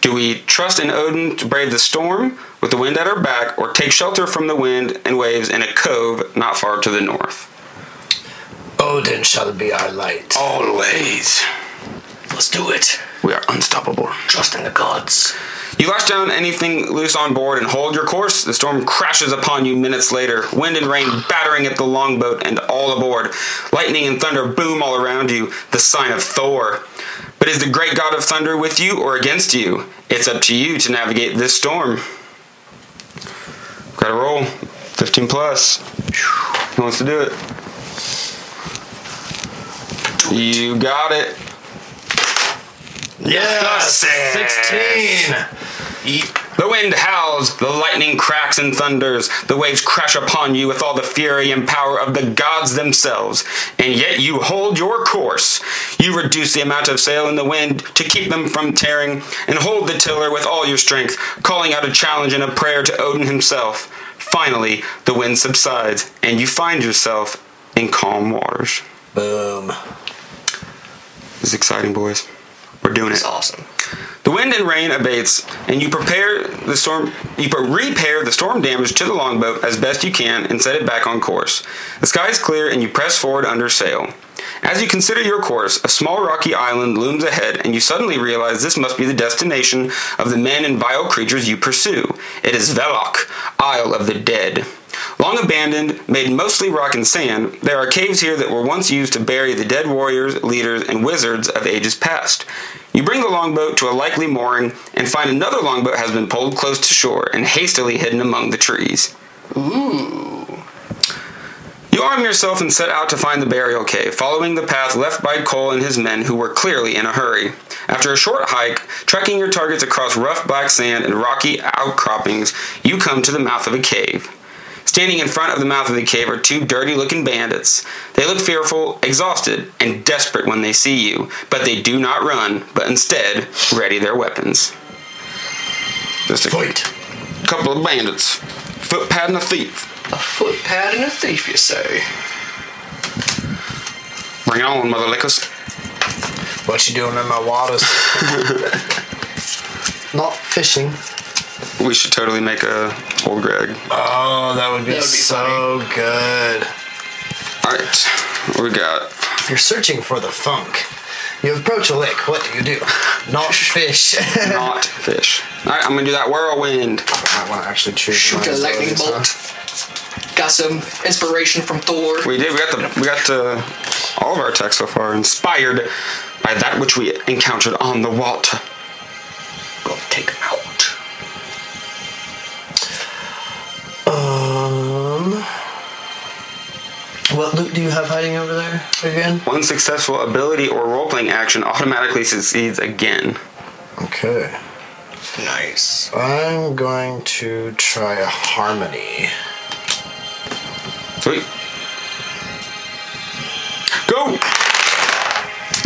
Do we trust in Odin to brave the storm with the wind at our back, or take shelter from the wind and waves in a cove not far to the north? Odin shall be our light. Oh. Always. Let's do it. We are unstoppable. Trust in the gods. You lash down anything loose on board and hold your course. The storm crashes upon you minutes later, wind and rain battering at the longboat and all aboard. Lightning and thunder boom all around you, the sign of Thor. But is the great god of thunder with you or against you? It's up to you to navigate this storm. Gotta roll. 15 plus. Who wants to do it? You got it. Yes. Sixteen. Sixteen. The wind howls, the lightning cracks and thunders, the waves crash upon you with all the fury and power of the gods themselves, and yet you hold your course. You reduce the amount of sail in the wind to keep them from tearing, and hold the tiller with all your strength, calling out a challenge and a prayer to Odin himself. Finally, the wind subsides, and you find yourself in calm waters. Boom. This is exciting, boys. We're doing it. It's awesome. The wind and rain abates, and you prepare the storm. You pre- repair the storm damage to the longboat as best you can and set it back on course. The sky is clear, and you press forward under sail. As you consider your course, a small rocky island looms ahead, and you suddenly realize this must be the destination of the men and vile creatures you pursue. It is Velok, Isle of the Dead. Long abandoned, made mostly rock and sand, there are caves here that were once used to bury the dead warriors, leaders, and wizards of ages past. You bring the longboat to a likely mooring and find another longboat has been pulled close to shore and hastily hidden among the trees. You arm yourself and set out to find the burial cave, following the path left by Cole and his men, who were clearly in a hurry. After a short hike, trekking your targets across rough black sand and rocky outcroppings, you come to the mouth of a cave. Standing in front of the mouth of the cave are two dirty looking bandits. They look fearful, exhausted, and desperate when they see you, but they do not run, but instead ready their weapons. Just a Fight. couple of bandits. Foot pad and a thief. A foot pad and a thief, you say? Bring it on, mother lickers. What you doing in my waters? Not fishing. We should totally make a old Greg. Oh, that would be, That would be so good. All right, what we got? You're searching for the funk. You approach a lick. What do you do? Not fish. I Not fish. All right, I'm gonna do that whirlwind. want to actually choose. Shoot one a of lightning those, bolt. huh? Got some inspiration from Thor. We did. We got the. We got the. All of our attacks so far are inspired by that which we encountered on the water. Go take him out. Um, What loot do you have hiding over there again? One successful ability or role-playing action automatically succeeds again. Okay. Nice. I'm going to try a harmony. Sweet. Go.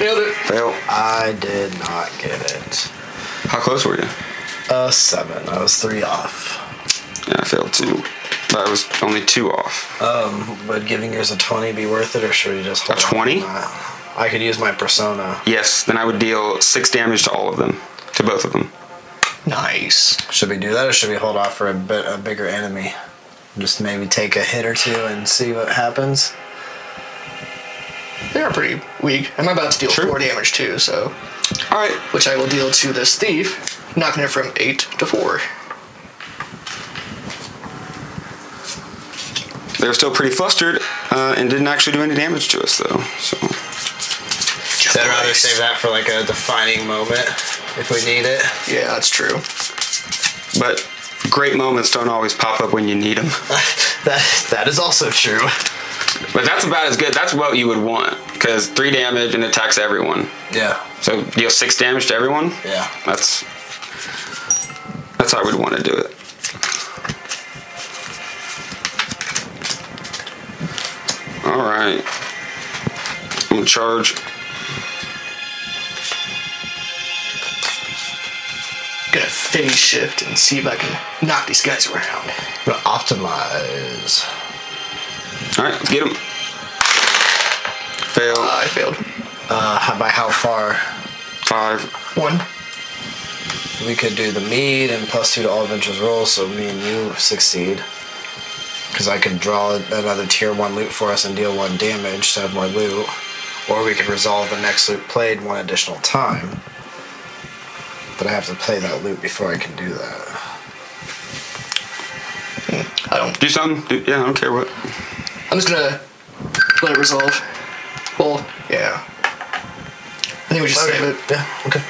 Nailed it. Fail. I did not get it. How close were you? A Uh, seven. I was three off. Yeah, I failed too. But I was only two off. Um, would giving yours a twenty be worth it, or should we just hold A on to 20? that? I could use my persona. Yes. Then I would deal six damage to all of them, to both of them. Nice. Should we do that, or should we hold off for a bit a bigger enemy? Just maybe take a hit or two and see what happens. They are pretty weak. I'm about to deal True. four damage too, so All right. which I will deal to this thief, knocking it from eight to four. They were still pretty flustered uh, and didn't actually do any damage to us, though. So I'd rather save that for like a defining moment if we need it. Yeah, that's true. but great moments don't always pop up when you need them. that that is also true. But that's about as good. That's what you would want because three damage and attacks everyone. Yeah. So deal six damage to everyone. Yeah. That's that's how we'd want to do it. All right. I'm gonna charge. Gonna phase shift and see if I can knock these guys around. But optimize. All right, let's get him. Fail Uh, I failed. Uh, how- by how far? five. One. We could do the mead and plus two to all adventures roll, so me and you succeed. Because I could draw another tier one loot for us and deal one damage to have more loot. Or we could resolve the next loot played one additional time. But I have to play that loot before I can do that. I don't. Do something. Do, yeah, I don't care what. I'm just gonna let it resolve. Well, Yeah. I think we just save it. Yeah, okay.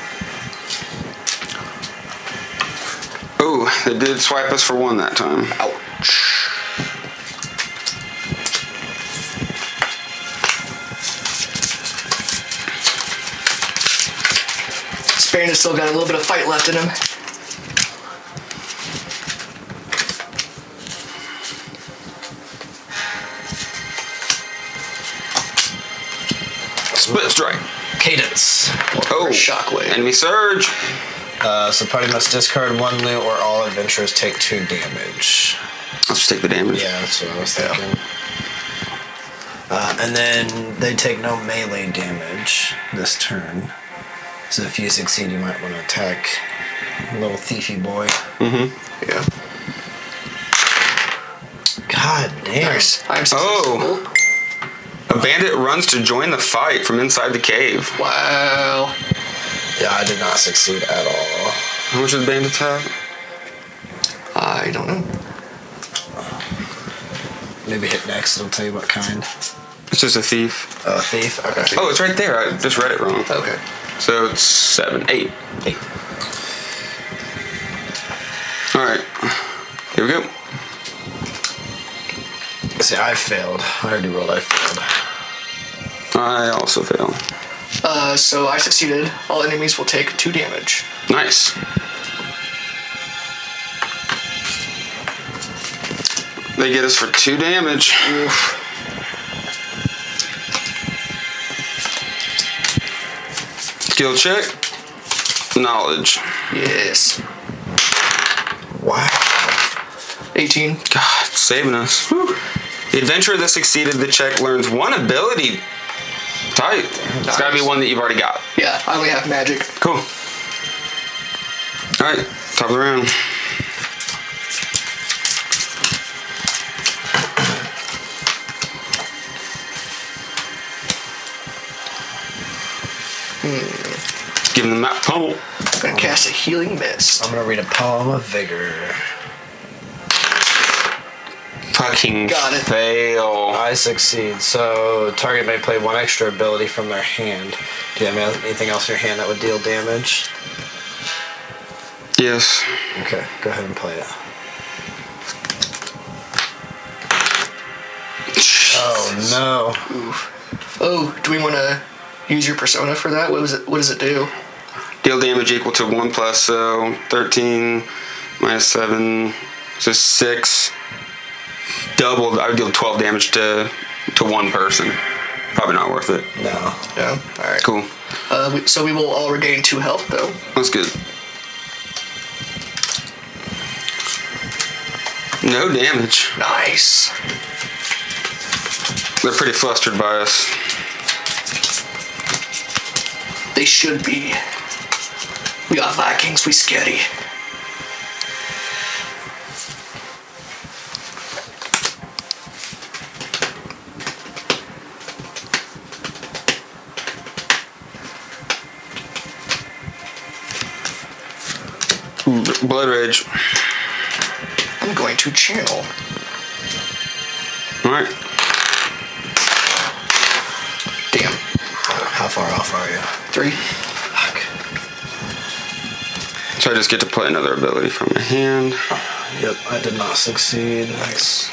Oh, they did swipe us for one that time. Spain has still got a little bit of fight left in him. Split strike. Cadence. Oh, shockwave. Enemy surge. Uh, so party must discard one loot or all adventurers take two damage. Let's just take the damage. Yeah, that's what I was thinking. Uh, and then they take no melee damage this turn. So if you succeed, you might want to attack little thiefy boy. Yeah. God damn. Nice. I'm Oh. successful. A bandit runs to join the fight from inside the cave. Wow. Yeah, I did not succeed at all. How much does bandits have? I don't know. Maybe hit next, it'll tell you what kind. It's just a thief. Uh, thief? Okay. Oh, it's right there. I just read it wrong. Okay. So it's seven, eight. Oh. Eight. All right. Here we go. See, I failed. I already rolled, I failed. I also fail. Uh, so I succeeded. All enemies will take two damage. Nice. They get us for two damage. Skill check. Knowledge. Yes. Wow. 18. God, saving us. Whew. The adventurer that succeeded the check learns one ability. Tight. It's gotta be Nice. one that you've already got. Yeah, I only have magic. Cool. All right, top of the round. Hmm. Give him the map pummel. I'm gonna cast a healing mist. I'm gonna read a poem of vigor. Fucking Got it. fail. I succeed. So target may play one extra ability from their hand. Do you have anything else in your hand that would deal damage? Yes. Okay, go ahead and play it. Oh no! Oh, do we want to use your persona for that? What was it? What does it do? Deal damage equal to one plus, so thirteen minus seven, so six. Doubled. I would deal twelve damage to to one person. Probably not worth it. No. No. All right. Cool. Uh, we, so we will all regain two health though. That's good. No damage. Nice. They're pretty flustered by us. They should be. We are Vikings. We scary. Blood rage. I'm going to channel. All right. Damn. How far off are you? Three. Fuck. So I just get to play another ability from my hand. Yep, I did not succeed. Nice.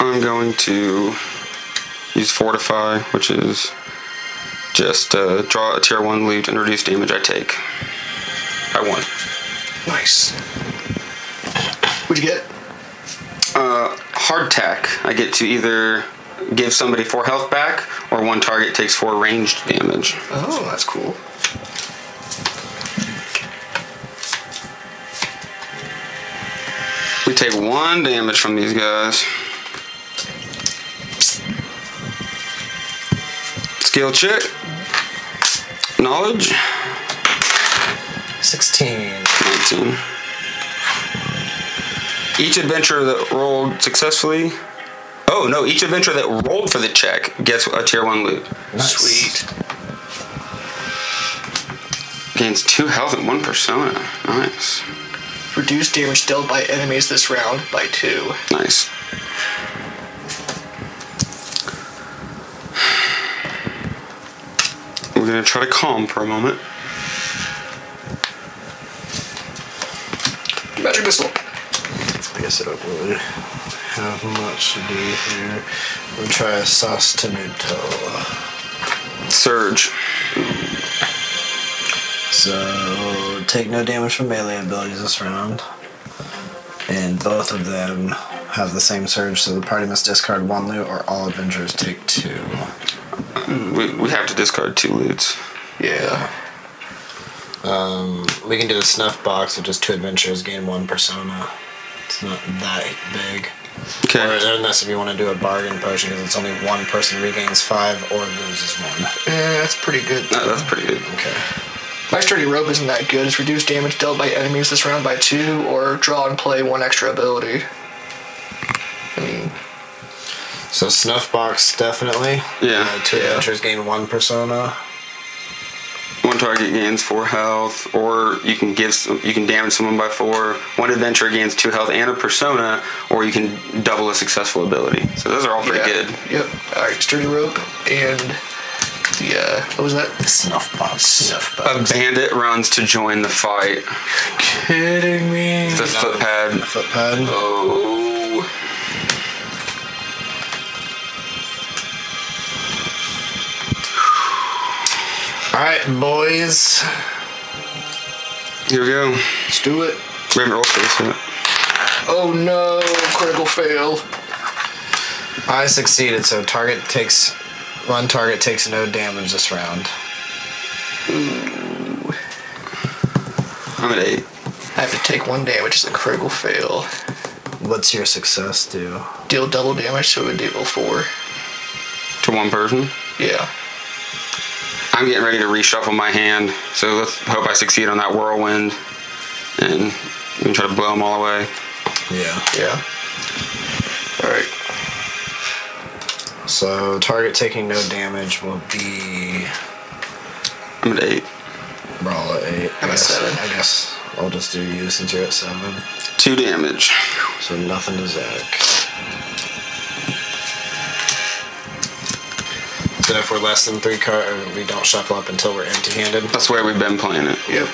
I'm going to use Fortify, which is just uh, draw a tier 1 loot and reduce damage I take. I won. Nice. What'd you get? Hard tack. I get to either give somebody 4 health back or one target takes 4 ranged damage. Oh, that's cool. We take 1 damage from these guys. Skill check. knowledge. 16. 19. Each adventure that rolled successfully. Oh no! Each adventure that rolled for the check gets a tier one loot. Nice. Sweet. Gains two health and one persona. Nice. Reduce damage dealt by enemies this round by two. Nice. We're gonna try to calm for a moment. Magic missile. I guess I don't really have much to do here. I'm gonna try a sauce to Nutella. Surge. So, take no damage from melee abilities this round. And both of them have the same surge, so the party must discard one loot or all Avengers take two. We, we have to discard two loots. Yeah. Um, we can do the snuff box, which is two adventures, gain one persona. It's not that big. Or Okay. unless if you want to do a bargain potion, because it's only one person regains five or loses one. Eh, that's pretty good. No, that's pretty good. Okay. My sturdy rope isn't that good. It's reduced damage dealt by enemies this round by two, or draw and play one extra ability. I mean, So snuff box definitely. Yeah. Uh, two Yeah. adventures gain one persona. One target gains four health, or you can give some, you can damage someone by four. One adventure gains two health and a persona, or you can double a successful ability. So those are all pretty yeah. good. Yep. All right, sturdy rope and the uh, what was that? Snuff box. Snuff box. A bandit runs to join the fight. kidding me. The footpad. Footpad. Oh. All right, boys. Here we go. Let's do it. We haven't rolled for this yet. Oh no! Critical fail. I succeeded, so target takes one target takes no damage this round. I'm at eight. I have to take one damage. It's a critical fail. What's your success do? Deal double damage, so it would deal four. To one person. Yeah. I'm getting ready to reshuffle my hand, so let's hope I succeed on that whirlwind, and we can try to blow them all away. Yeah. Yeah. All right. So target taking no damage will be I'm at eight. brawl at eight. I I'm at guess- seven. I guess I'll just do you since you're at seven. Two damage. So nothing to Zach. So if we're less than three cards, we don't shuffle up until we're empty-handed. That's where we've been playing it. Yep.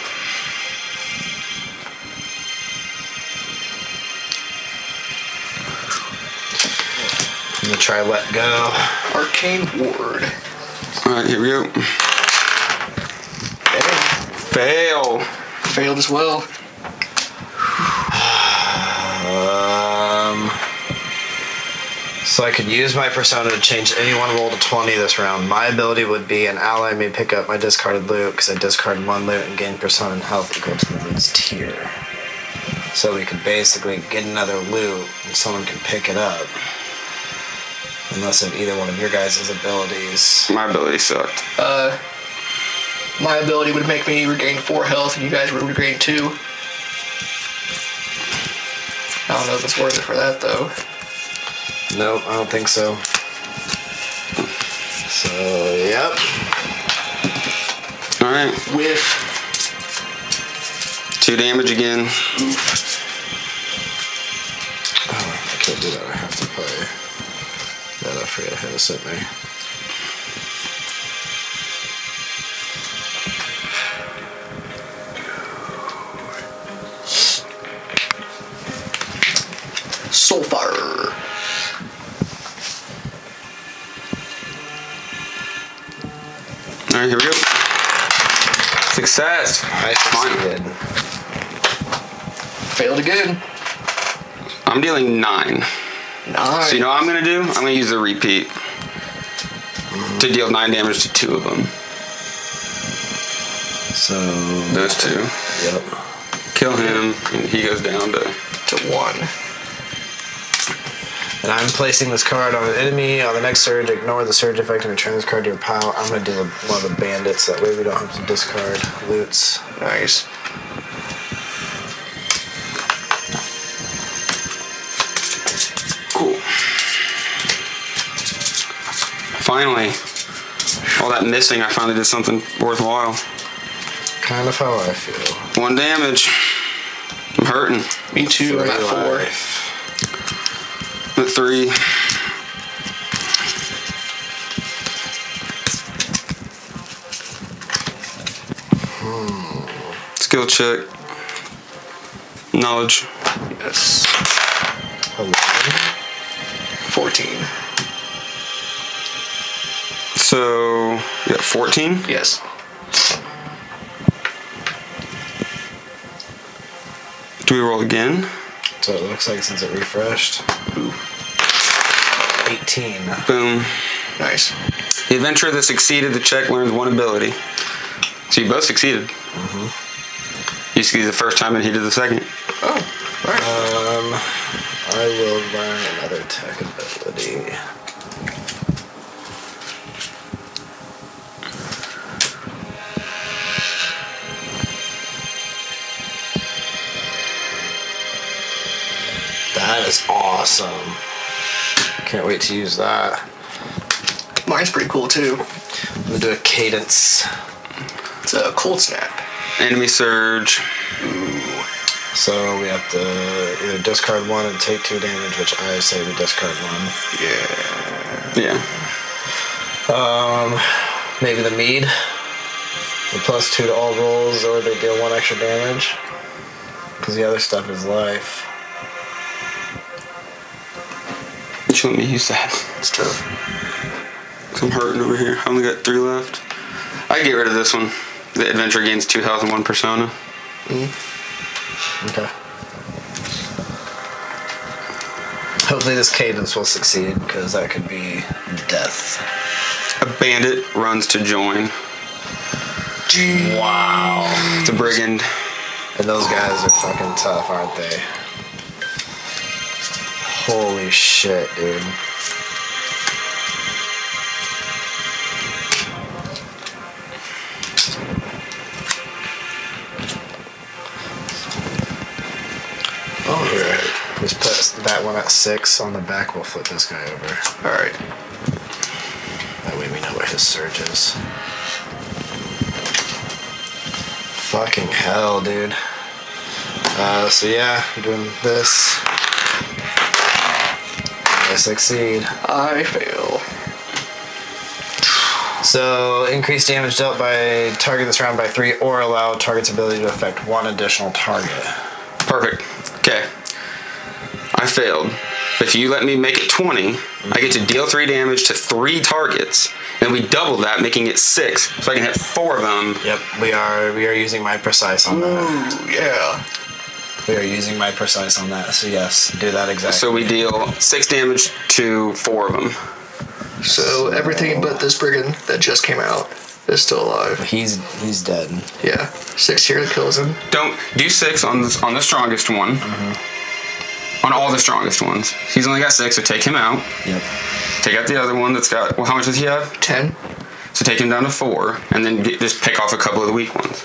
I'm gonna try let go. Arcane ward. All right, here we go. Damn. Fail. Failed as well. Um, so I could use my persona to change anyone roll to 20 this round. My ability would be an ally may pick up my discarded loot because I discarded one loot and gain persona and health equal to the loot's tier. So we could basically get another loot and someone can pick it up. Unless of either one of your guys' abilities. My ability sucked. Uh, my ability would make me regain four health, and you guys would regain two. I don't know if it's worth it for that though. Nope, I don't think so. So, yep. All right, Whiff. two damage again. Oh, I can't do that. I have to play. That I forget how to set me. Soulfire. All right, here we go. Success. I succeeded. Failed again. I'm dealing nine. Nine. So you know what I'm gonna do? I'm gonna use the repeat to deal nine damage to two of them. So, Those two. yep. Kill him, and he goes down to to one. And I'm placing this card on an enemy. On the next surge, ignore the surge effect and return this card to your pile. I'm gonna do the, one of the bandits. That way we don't have to discard loots. Nice. Cool. Finally, all that missing, I finally did something worthwhile. Kind of how I feel. One damage. I'm hurting. Me too. I'm at four. The three. Skill check. Knowledge. Yes. Eleven. Fourteen. So, yeah, 14. Yes. Do we roll again? So it looks like since it refreshed. Eighteen. Boom. Nice. The adventurer that succeeded the check learns one ability. So you both succeeded. You succeeded the first time and he did the second. Oh. All right. Um, I will learn another tech ability. That is awesome. Can't wait to use that. Mine's pretty cool too. I'm gonna do a cadence. It's a cold snap. Enemy surge. So we have to either discard one and take two damage, which I say we discard one. Yeah. Um, maybe the mead. The plus two to all rolls, or they deal one extra damage. Because the other stuff is life. You should let me use that. It's tough. 'Cause I'm hurting over here. I only got three left. I get rid of this one. The adventurer gains two health and one persona. Okay. Hopefully this cadence will succeed, because that could be death. A bandit runs to join. Wow. It's a brigand. And those guys are fucking tough, aren't they? Holy shit, dude. Oh, Just put that one at six on the back. We'll flip this guy over. All right. That way we know where his surge is. Fucking hell, dude. Uh, so yeah, I'm doing this. I succeed. I fail. So increase damage dealt by target this round by three, or allow target's ability to affect one additional target. Perfect. Okay. I failed. If you let me make it 20, I get to deal 3 damage to 3 targets. Then we double that, making it 6, so I can hit 4 of them. Yep, we are we are using my precise on that. Ooh, yeah. We are using my precise on that. So yes, do that exactly. So we deal 6 damage to 4 of them. So everything but this brigand that just came out is still alive. he's he's dead. Yeah. Six here kills him. Don't do 6 on the, on the strongest one. On all the strongest ones. He's only got 6, so take him out. Yep. Take out the other one that's got. Well, how much does he have? Ten. So take him down to 4, and then get, just pick off a couple of the weak ones.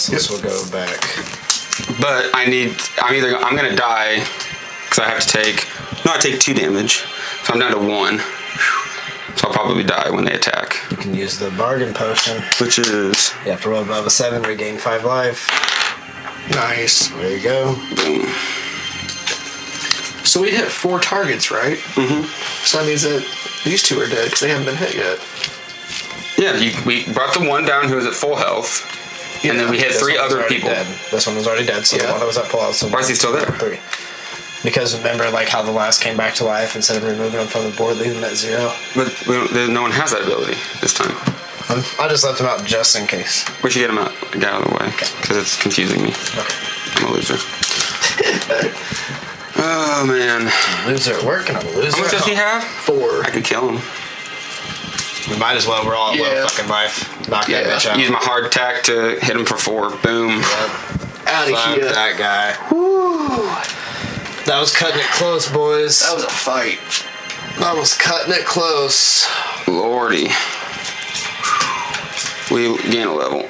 So this will go back. But I need. I'm either. I'm gonna die because I have to take. No, I take two damage, so I'm down to one. So I'll probably die when they attack, You can use the bargain potion. which is You have to roll above a seven, regain five life. Nice. There you go. boom. So we hit four targets, right? Mm-hmm. So that means that these two are dead because they haven't been hit yet. Yeah, you, we brought the one down who was at full health, and then we hit This three one was other already people. Dead. This one was already dead, so the Yeah. one that was at pull out. So Why is he still there? Three. Because remember, like how the last came back to life instead of removing them from the board, leaving them at zero. But we don't, there- no one has that ability this time. I just left them out just in case. We should get him out, get out of the way, because it's confusing me. Okay. I'm a loser. oh man, Loser at work and I'm a loser. how much at does he home. have? Four. I could kill him. We might as well. We're all at Yeah. one fucking life. Knock that Yeah. bitch out. Use my hard attack to hit him for four. Boom. Yep. Out Fuck of here. that guy. That was cutting it close, boys. That was a fight. That was cutting it close. Lordy. We gain a level.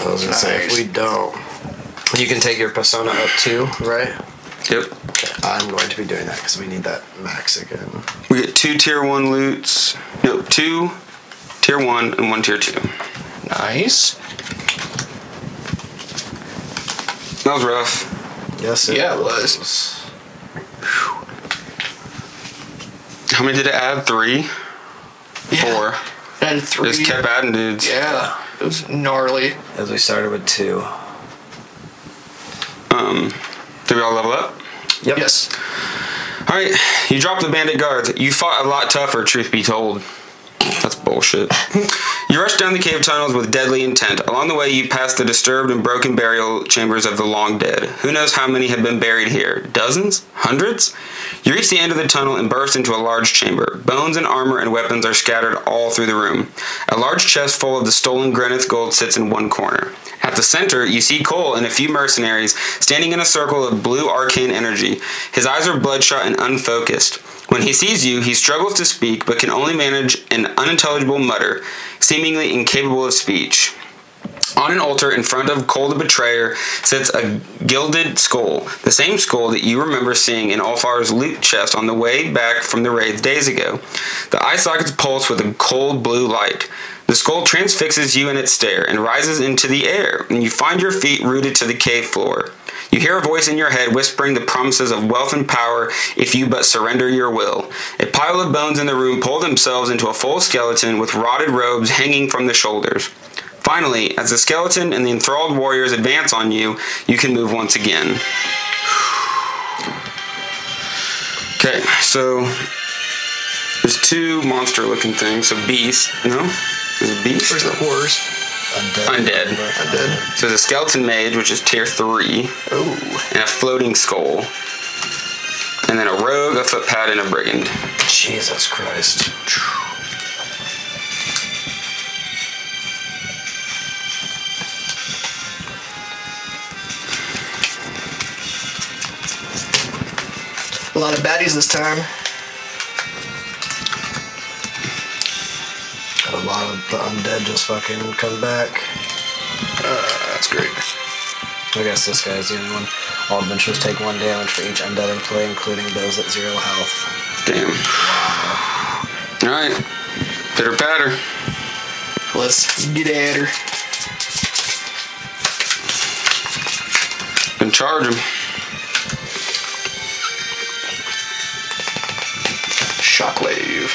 I was gonna say if Nice. we don't, you can take your persona up too, right? Yep. I'm going to be doing that because we need that max again. We get two tier one loots. No, two tier one and one tier two. Nice. That was rough. Yes. Yeah, it was. How many did it add? Three? Four. And three. Just kept adding dudes. yeah. It was gnarly. As we started with two. Um, did we all level up? Yep. Yes. All right, you dropped the bandit guards. You fought a lot tougher, truth be told. That's bullshit. you rushed down the cave tunnels with deadly intent. Along the way, you passed the disturbed and broken burial chambers of the long dead. Who knows how many had been buried here? Dozens? Hundreds? You reach the end of the tunnel and burst into a large chamber. Bones and armor and weapons are scattered all through the room. A large chest full of the stolen Grenith gold sits in one corner. At the center, you see Cole and a few mercenaries standing in a circle of blue arcane energy. His eyes are bloodshot and unfocused. When he sees you, he struggles to speak but can only manage an unintelligible mutter, seemingly incapable of speech. On an altar in front of Cole the Betrayer sits a gilded skull, the same skull that you remember seeing in Ulfar's loot chest on the way back from the raids days ago. The eye sockets pulse with a cold blue light. The skull transfixes you in its stare and rises into the air, and you find your feet rooted to the cave floor. You hear a voice in your head whispering the promises of wealth and power if you but surrender your will. A pile of bones in the room pull themselves into a full skeleton with rotted robes hanging from the shoulders. Finally, as the skeleton and the enthralled warriors advance on you, you can move once again. Okay, so there's two monster looking things. So beast, no? Is it beast? Where's the horrors? Undead. Undead. So there's a skeleton mage, which is tier three, Oh. and a floating skull, and then a rogue, a footpad, and a brigand. Jesus Christ. A lot of baddies this time. Had a lot of the undead just fucking come back. Uh, That's great. I guess this guy's the only one. All adventurers take one damage for each undead in play, including those at zero health. Damn. All right, pitter patter. Let's get at her. And charge him. Shockwave.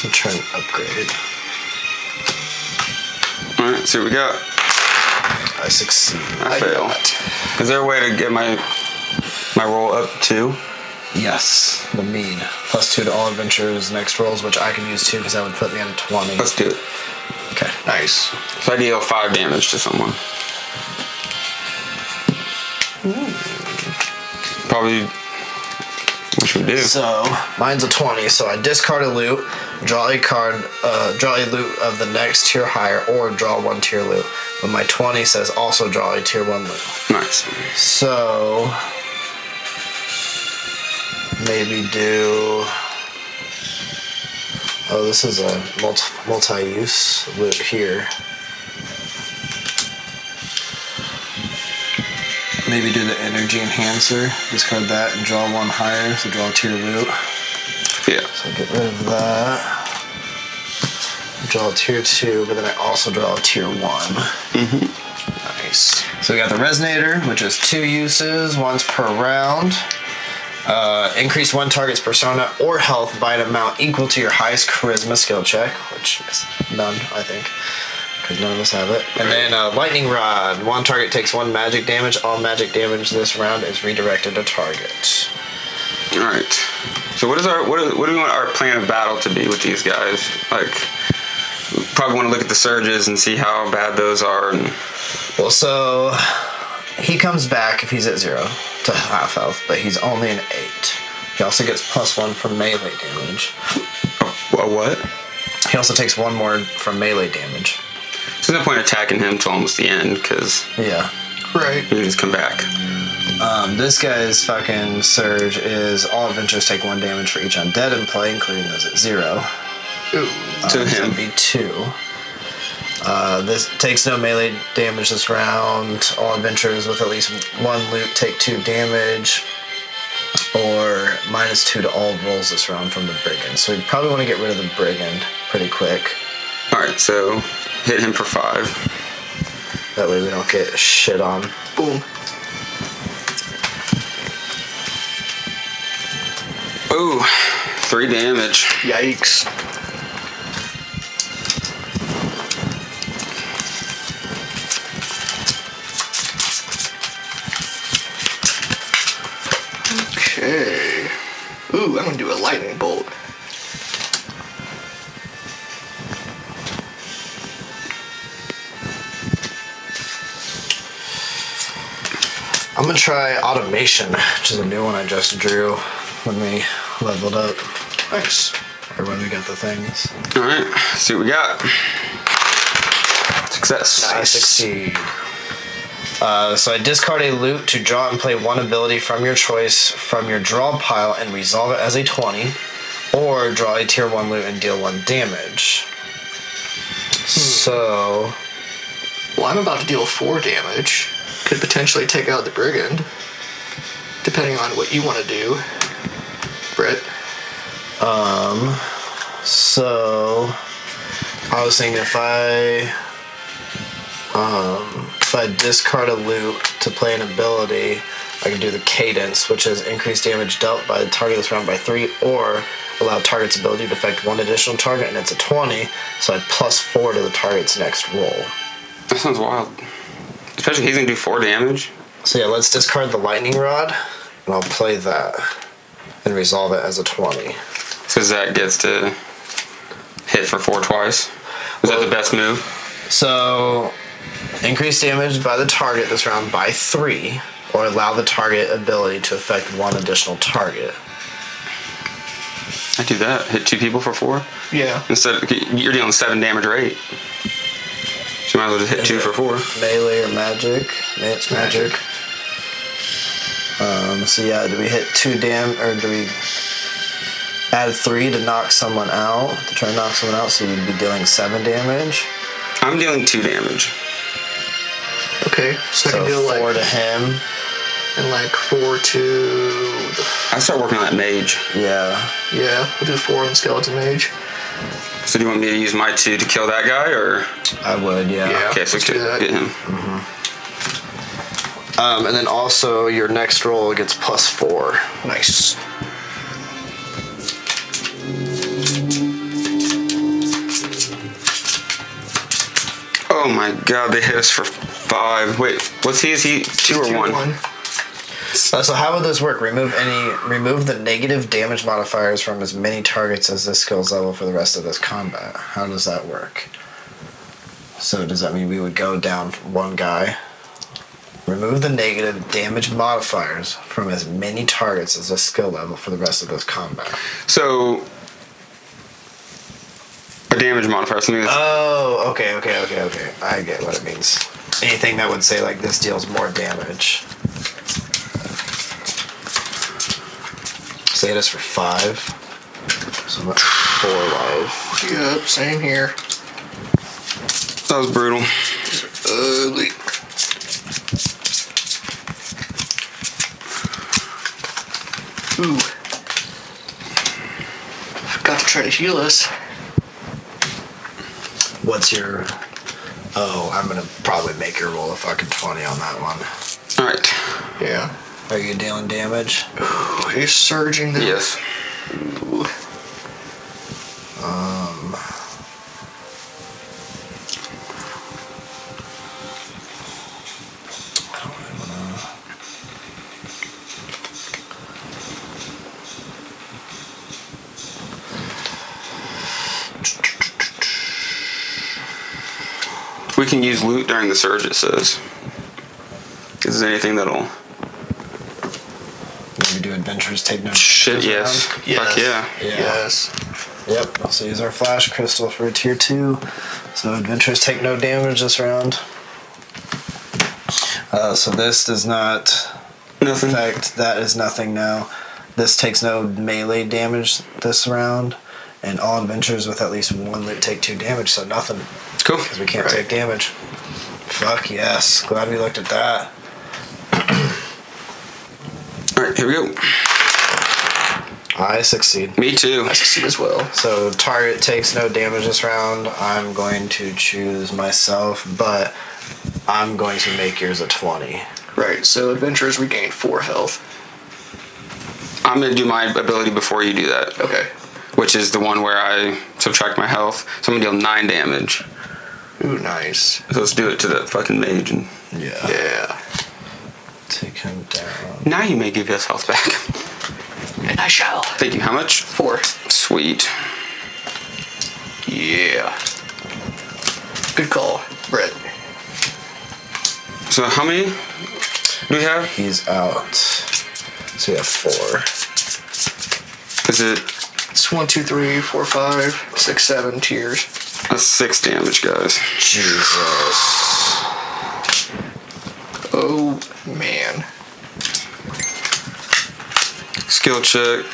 So try and upgrade it. All right, see what we got. I succeed. Hmm, I, fail. Is there a way to get my my roll up too? Yes, the mean. Plus two to all adventurers' next rolls, which I can use too because that would put me at a 20. Let's do it. Okay. Nice. So I deal five damage to someone. Probably. What should we do? So mine's a 20, so I discard a loot, draw a card, uh, draw a loot of the next tier higher, or draw one tier loot. But my 20 says also draw a tier one loot. Nice. So maybe do. Oh, this is a multi multi use loot here. Maybe do the energy enhancer. Discard that and draw one higher. So draw tier loot. Yeah. So get rid of that. Draw a tier two, but then I also draw a tier one. Nice. So we got the resonator, which is two uses, once per round. Uh, increase one target's persona or health by an amount equal to your highest charisma skill check, which is none, I think, because none of us have it. And then uh, lightning rod. One target takes one magic damage. All magic damage this round is redirected to target. All right. So what is our what, is, what do we want our plan of battle to be with these guys? Like, we probably want to look at the surges and see how bad those are. And Well, so he comes back if he's at zero to half health, but he's only an eight. He also gets plus one for melee damage. a what? He also takes one more from melee damage. So There's no point attacking him till almost the end because Yeah. Right. he can just come back. Um, this guy's fucking surge is all adventures take one damage for each undead in play, including those at zero. Ooh. To So him. that'd be two. Uh, this takes no melee damage this round. All adventurers with at least one loot take two damage, or minus two to all rolls this round from the brigand. So we probably want to get rid of the brigand pretty quick. All right, so hit him for five. That way we don't get shit on. Boom. Ooh, three damage. Yikes. Okay. Ooh, I'm gonna do a lightning bolt. I'm gonna try automation, which is a new one I just drew when we leveled up, Nice. or when we got the things. All right, see what we got. Success. I succeed. Uh, so I discard a loot to draw and play one ability from your choice from your draw pile and resolve it as a 20, or draw a tier 1 loot and deal 1 damage. So, Well, I'm about to deal four damage. Could potentially take out the brigand, depending on what you want to do, Brett. so I was thinking if I um, if I discard a loot to play an ability, I can do the cadence, which is increase damage dealt by the target this round by three, or allow target's ability to affect one additional target, and it's a twenty, so I plus four to the target's next roll. That sounds wild. Especially he's gonna do four damage. So yeah, let's discard the lightning rod, and I'll play that and resolve it as a twenty. So Zach gets to hit for four twice. Is that the best move? So, increase damage by the target this round by three, or allow the target ability to affect one additional target. I do that. Hit two people for four. Yeah. Instead, you're dealing seven damage or eight. So you might as well just hit two for four. Melee or magic? Ma- It's magic. Um, so yeah, do we hit two dam or do we add three to knock someone out? To try and knock someone out, so we'd be dealing seven damage. I'm dealing two damage. Okay. So, I So can deal four like to him. and like four to I start working on that mage. Yeah. yeah. We'll do four on skeleton mage. So do you want me to use my two to kill that guy, or I would, Yeah. okay? So let's do get, that. get him. Um, and then also your next roll gets plus four. Nice. Oh my god, they hit us for five. Wait, what's he? Is he two or Two, one? Uh, so how would this work? Remove any remove the negative damage modifiers from as many targets as this skill's level for the rest of this combat. How does that work? So does that mean we would go down one guy? Remove the negative damage modifiers from as many targets as this skill level for the rest of this combat. So a damage modifier. Something that's, Oh, okay, okay, okay, okay. I get what it means. Anything that would say like this deals more damage. Say this for five. So I'm at four life. Yep. Same here. that was brutal. Ugly. Ooh. Got to try to heal us. What's your? Oh, I'm gonna probably make your roll a fucking twenty on that one. All right. Yeah. Are you dealing damage? Ooh, Oh, he's surging. Now. Yes. Ooh. We can use loot during the surge. It says. Is there anything that'll? Maybe do adventures take no. damage Shit. this Yes. round? Fuck Yes. yeah. Yeah. Yes. Yep. Also use our flash crystal for a tier two, so adventurers take no damage this round. Uh, so this does not Nothing. affect. That is nothing now. This takes no melee damage this round, and all adventurers with at least one loot take two damage. So nothing, Cool. because we can't Right. take damage. Fuck yes. Glad we looked at that. All right, here we go. I succeed. Me too. I succeed as well. So target takes no damage this round. I'm going to choose myself, but I'm going to make yours a 20. Right, so adventurers regain four health. I'm gonna do my ability before you do that, Okay. which is the one where I subtract my health. So I'm gonna deal nine damage. Ooh, nice. So let's do it to that fucking mage. And Yeah. Yeah. Take him down. now you may give your health back. And I shall. Thank you. How much? Four. Sweet. Yeah. Good call, Brett. So how many do we have? He's out. So we have four. Is it It's one, two, three, four, five, six, seven tiers. that's six damage, guys? Jesus. Oh man. Skill check,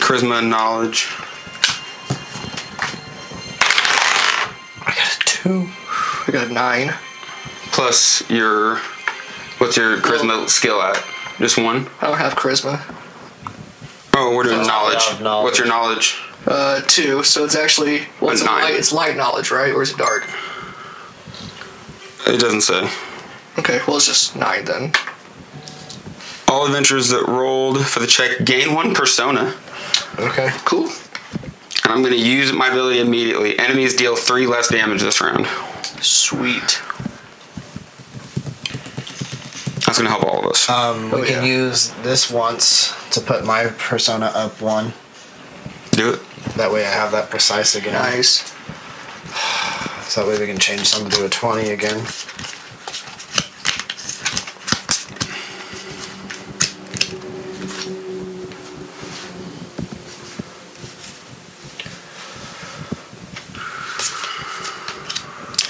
charisma, and knowledge. I got a two. I got a nine. Plus your what's your charisma skill at? Just one. I don't have charisma. Oh, we're doing knowledge. I have knowledge. What's your knowledge? Uh, two. So it's actually well, it's, A a nine. light, it's light knowledge, right? Or is it dark? It doesn't say. Okay. Well, it's just nine then. All adventurers that rolled for the check gain one persona. Okay. Cool. And I'm going to use my ability immediately. Enemies deal three less damage this round. Sweet. That's going to help all of us. Um, we Oh, can yeah. use this once to put my persona up one. Do it. That way I have that precise again. Nice. So that way we can change something to a 20 again.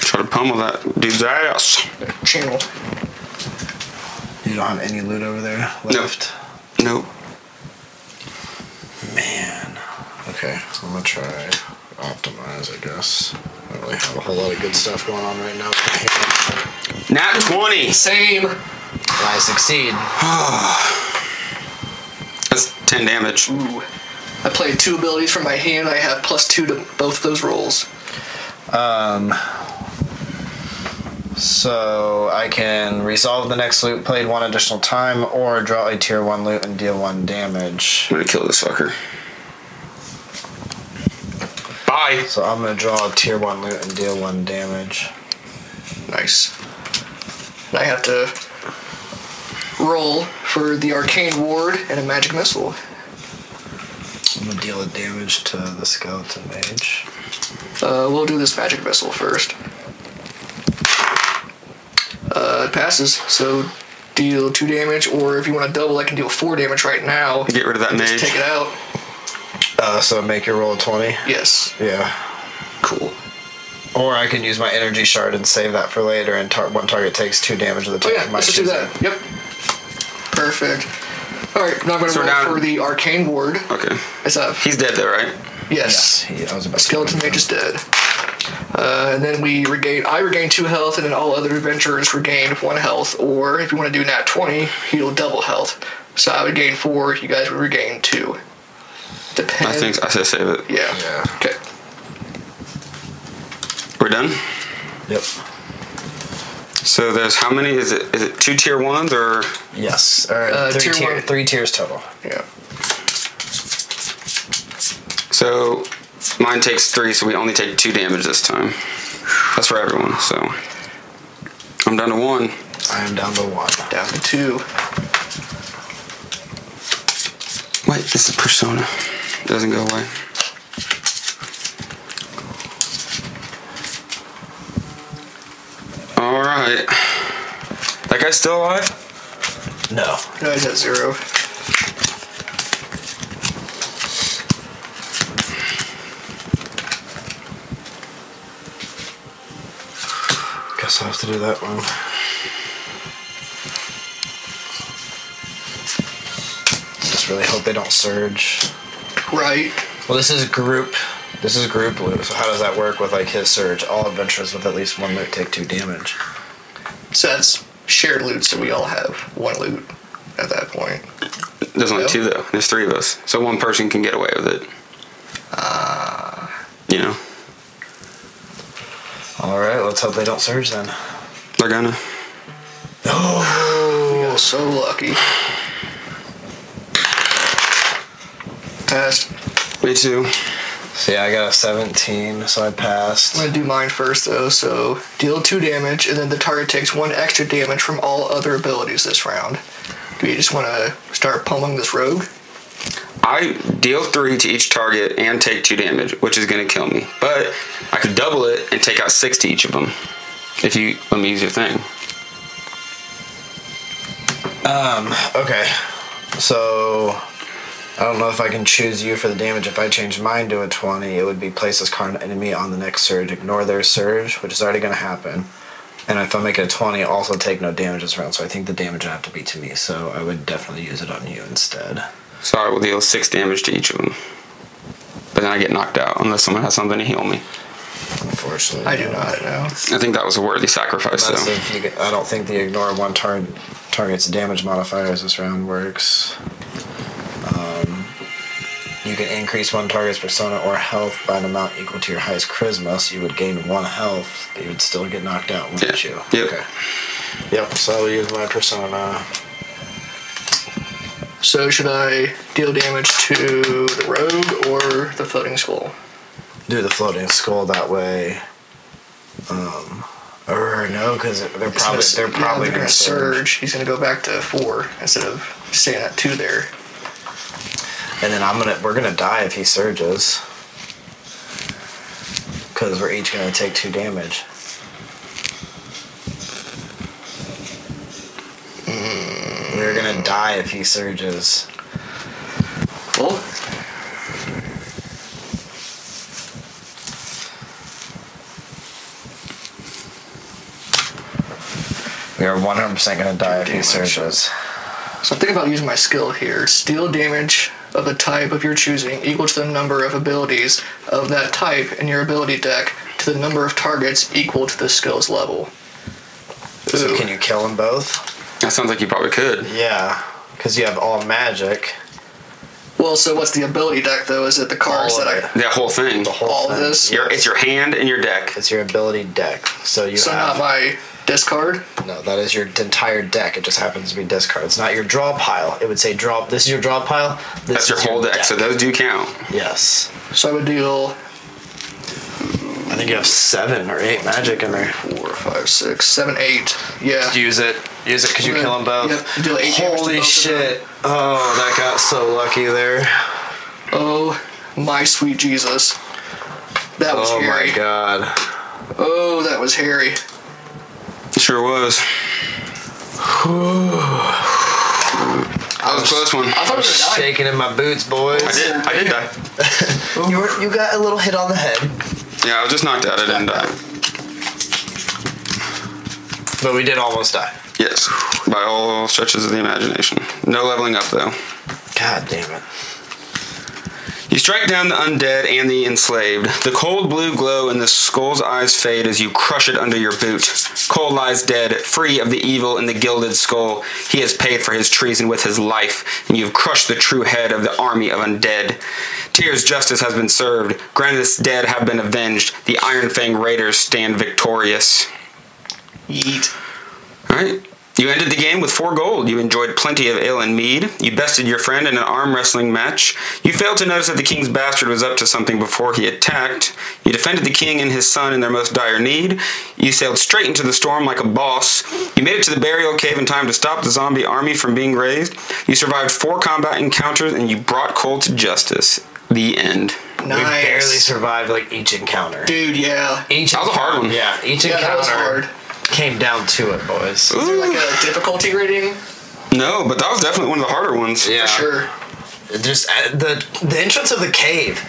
Try to pummel that dude's ass. Channel. You don't have any loot over there No. left? Nope. Man. Okay, so I'm gonna try optimize, I guess. I don't really have a whole lot of good stuff going on right now. Nat 20. Same. I succeed. That's 10 damage. Ooh. I played two abilities from my hand. I have plus two to both those rolls. So I can resolve the next loot played one additional time, or draw a tier one loot and deal one damage. I'm going to kill this fucker. Bye. So I'm gonna draw a tier one loot and deal one damage. Nice. And I have to roll for the arcane ward and a magic missile. I'm gonna deal a damage to the skeleton mage. Uh, we'll do this magic missile first. Uh, it passes, so deal two damage, or if you want to double, I can deal four damage right now. Get rid of that Just take it mage. out. Uh, so make your roll a twenty. Yes. Yeah. Cool. Or I can use my energy shard and save that for later, and tar- one target takes two damage of the Oh target. yeah, of my let's just do choosing. that. Yep. Perfect. All right, now I'm gonna So roll down- for the arcane ward. Okay. It's up. He's dead though, right? Yes. Yes, he- I was about to- Skeleton mage is dead. Uh, and then we regain. I regain two health, and then all other adventurers regain one health. Or if you want to do nat twenty, heal double health. So I would gain four. You guys would regain two. I Depends. think I said save it. Yeah. Yeah. Okay. We're done? Yep. So there's how many? Is it is it two tier ones or Yes. All right. Uh, three, tier tier- one. three tiers total. Yeah. So mine takes three, so we only take two damage this time. That's for everyone, so I'm down to one. I am down to one. Down to two. Wait, this is persona. It doesn't go away. Alright. That guy's still alive? No. No, he's at zero. guess I have to do that one. Just really hope they don't surge. Right. Well, this is group. This is group loot. So how does that work with like his surge? All adventurers with at least one loot take two damage. So that's shared loot, so we all have one loot at that point. There's only Yeah. two though. There's three of us, so one person can get away with it. You know, All right, let's hope they don't surge then. they're gonna. We are so lucky. Passed. Me too. So yeah, I got a 17, so I I'm passed. gonna do mine first though. So deal two damage, and then the target takes one extra damage from all other abilities this round. Do you just want to start pummeling this rogue? I deal three to each target and take two damage, which is gonna kill me. But I could double it and take out six to each of them. If you let me use your thing. Okay, so I don't know if I can choose you for the damage. If I change mine to a 20, it would be place this current enemy on the next surge, ignore their surge, which is already going to happen. And if I make it a 20, also take no damage this round. So I think the damage would have to be to me. So I would definitely use it on you instead. So I will deal six damage to each of them. But then I get knocked out unless someone has something to heal me. Unfortunately, I do not know. I think that was a worthy sacrifice Unless though. if you get- I don't think the ignore one tar- target's damage modifiers this round works. Um, you can increase one target's persona or health by an amount equal to your highest charisma, so you would gain one health, but you would still get knocked out, wouldn't Yeah. you? Yep. Okay. Yep, so I'll use my persona. So should I deal damage to the rogue or the floating skull? Do the floating skull that way. Um, or no, because they're It's probably they're yeah, probably they're gonna surge. He's gonna go back to four instead of staying at two there. And then I'm gonna we're gonna die if he surges. Cause we're each gonna take two damage. Mm-hmm. We're gonna die if he surges. Well, We are 100% gonna die if he Damage. surges. So I'm thinking about using my skill here. Steal damage of a type of your choosing equal to the number of abilities of that type in your ability deck to the number of targets equal to the skill's level. So Ooh. can you kill them both? That sounds like you probably could. Yeah, cause you have all magic. Well, so what's the ability deck though? Is it the cards All of that I it. That whole thing. whole all of thing. this? Your, it's your hand and your deck. It's your ability deck. So you So have not my discard. No, that is your entire deck. It just happens to be discard. It's not your draw pile. It would say draw. This is your draw pile. This That's your is whole deck, so those do count. yes. So I would deal I think you have seven or eight magic in there. four, five, six, seven, eight. Yeah. Use it. Use it because you Right. kill them both. Yep, do eight damage to Holy both of shit. Oh, that got so lucky there. Oh my sweet Jesus. That was Oh hairy. my god. Oh, that was hairy. Sure was. that was a close one. I thought it I'm was gonna die. shaking in my boots, boys. I did. I did die. You, were, you got a little hit on the head, Yeah, I was just knocked out. I didn't die. but we did almost die. Yes, by all stretches of the imagination. No leveling up though. God damn it. You strike down the undead and the enslaved. The cold blue glow in the skull's eyes fade as you crush it under your boot. Cole lies dead, free of the evil in the gilded skull. He has paid for his treason with his life, and you've crushed the true head of the army of undead. Tyr's justice has been served. Granith's dead have been avenged. The Iron Fang Raiders stand victorious. Yeet. All right. You ended the game with four gold. You enjoyed plenty of ale and mead. You bested your friend in an arm wrestling match. You failed to notice that the king's bastard was up to something before he attacked. You defended the king and his son in their most dire need. You sailed straight into the storm like a boss. You made it to the burial cave in time to stop the zombie army from being raised. You survived four combat encounters and you brought Cole to justice. The end. Nice. We barely survived like each encounter. Dude, yeah. Each That was a hard encounter- one. Yeah, each Yeah, that encounter was hard. came down to it, boys. Is there like a difficulty rating? No, but that was definitely one of the harder ones. Yeah. For sure. Just uh, the the entrance of the cave.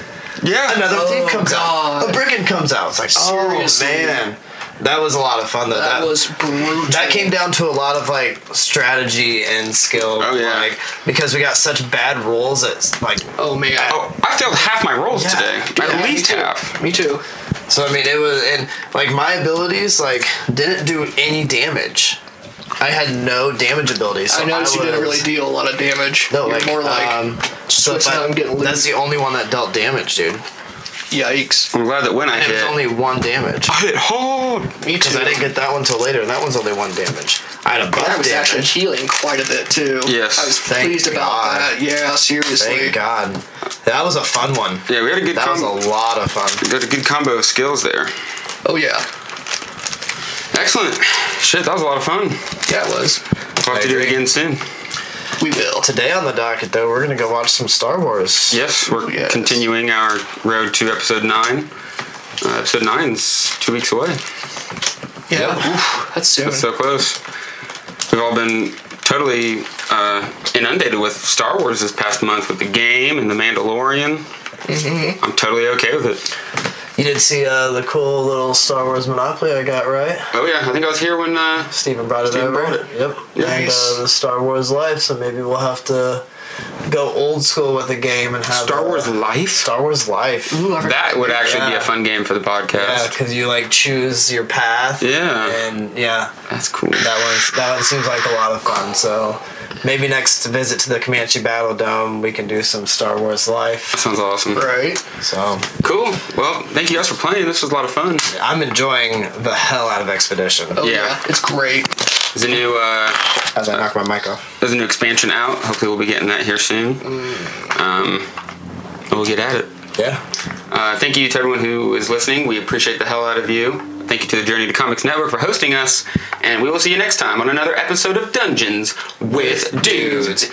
Yeah. Another Oh, thief comes God. out. A brigand comes out. It's like, oh Seriously? man. That was a lot of fun though. That was brutal. That came down to a lot of like strategy and skill, Oh, yeah. like because we got such bad rolls that like. Oh man. Oh, I failed half my rolls Yeah. today. Yeah, At me least too. half. Me too. So I mean, it was and like my abilities like didn't do any damage. I had no damage abilities. So I noticed you didn't was- really deal a lot of damage. No, You're like, more like um, so if switching I- out and getting loot. that's the only one that dealt damage, dude. yikes. I'm glad that when I And it was hit, only one damage. I hit hard. Me too. Because I didn't get that one till later, and that one's only one damage. I had a buff that was damage. actually healing quite a bit too. Yes. I was Thank pleased about God. that. Yeah, seriously. Thank God. That was a fun one. Yeah, we had a good That was combo. a lot of fun. Got a good combo of skills there. Oh yeah. Excellent. Shit, that was a lot of fun. Yeah, it was. We'll have to do it agree. again soon. We will. Today on the docket, though, we're gonna go watch some Star Wars. Yes, we're Yes. continuing our road to episode nine. Uh, episode nine's two weeks away. Yeah. Oof, that's soon. So close. We've all been totally uh, inundated with Star Wars this past month with the game and the Mandalorian. Mm-hmm. I'm totally okay with it. You did see uh, the cool little Star Wars Monopoly I got, right? Oh yeah, I think I was here when. Uh, Steven brought it Steven over. brought it. Yep. Nice. And uh, the Star Wars Live, so maybe we'll have to go old school with the game and have Star uh, Wars Life. Star Wars Life. Ooh, I forgot- That would actually be Yeah. a fun game for the Yeah, podcast. because Uh, you like choose your path. Yeah. And yeah, That's cool. that one's that one seems like a lot of fun. So maybe next visit to the Comanche Battle Dome, we can do some Star Wars Life. Sounds awesome. right. So Cool. Well, thank you guys for playing. This was a lot of fun. I'm enjoying the hell out of Expedition Oh Yeah. yeah. It's great. There's a new uh, as I knock my mic off. there's a new expansion out. Hopefully, we'll be getting that here soon. Um, and we'll get at it. Yeah. Uh, thank you to everyone who is listening. We appreciate the hell out of you. Thank you to the Journey to Comics Network for hosting us, and we will see you next time on another episode of Dungeons with Dudes.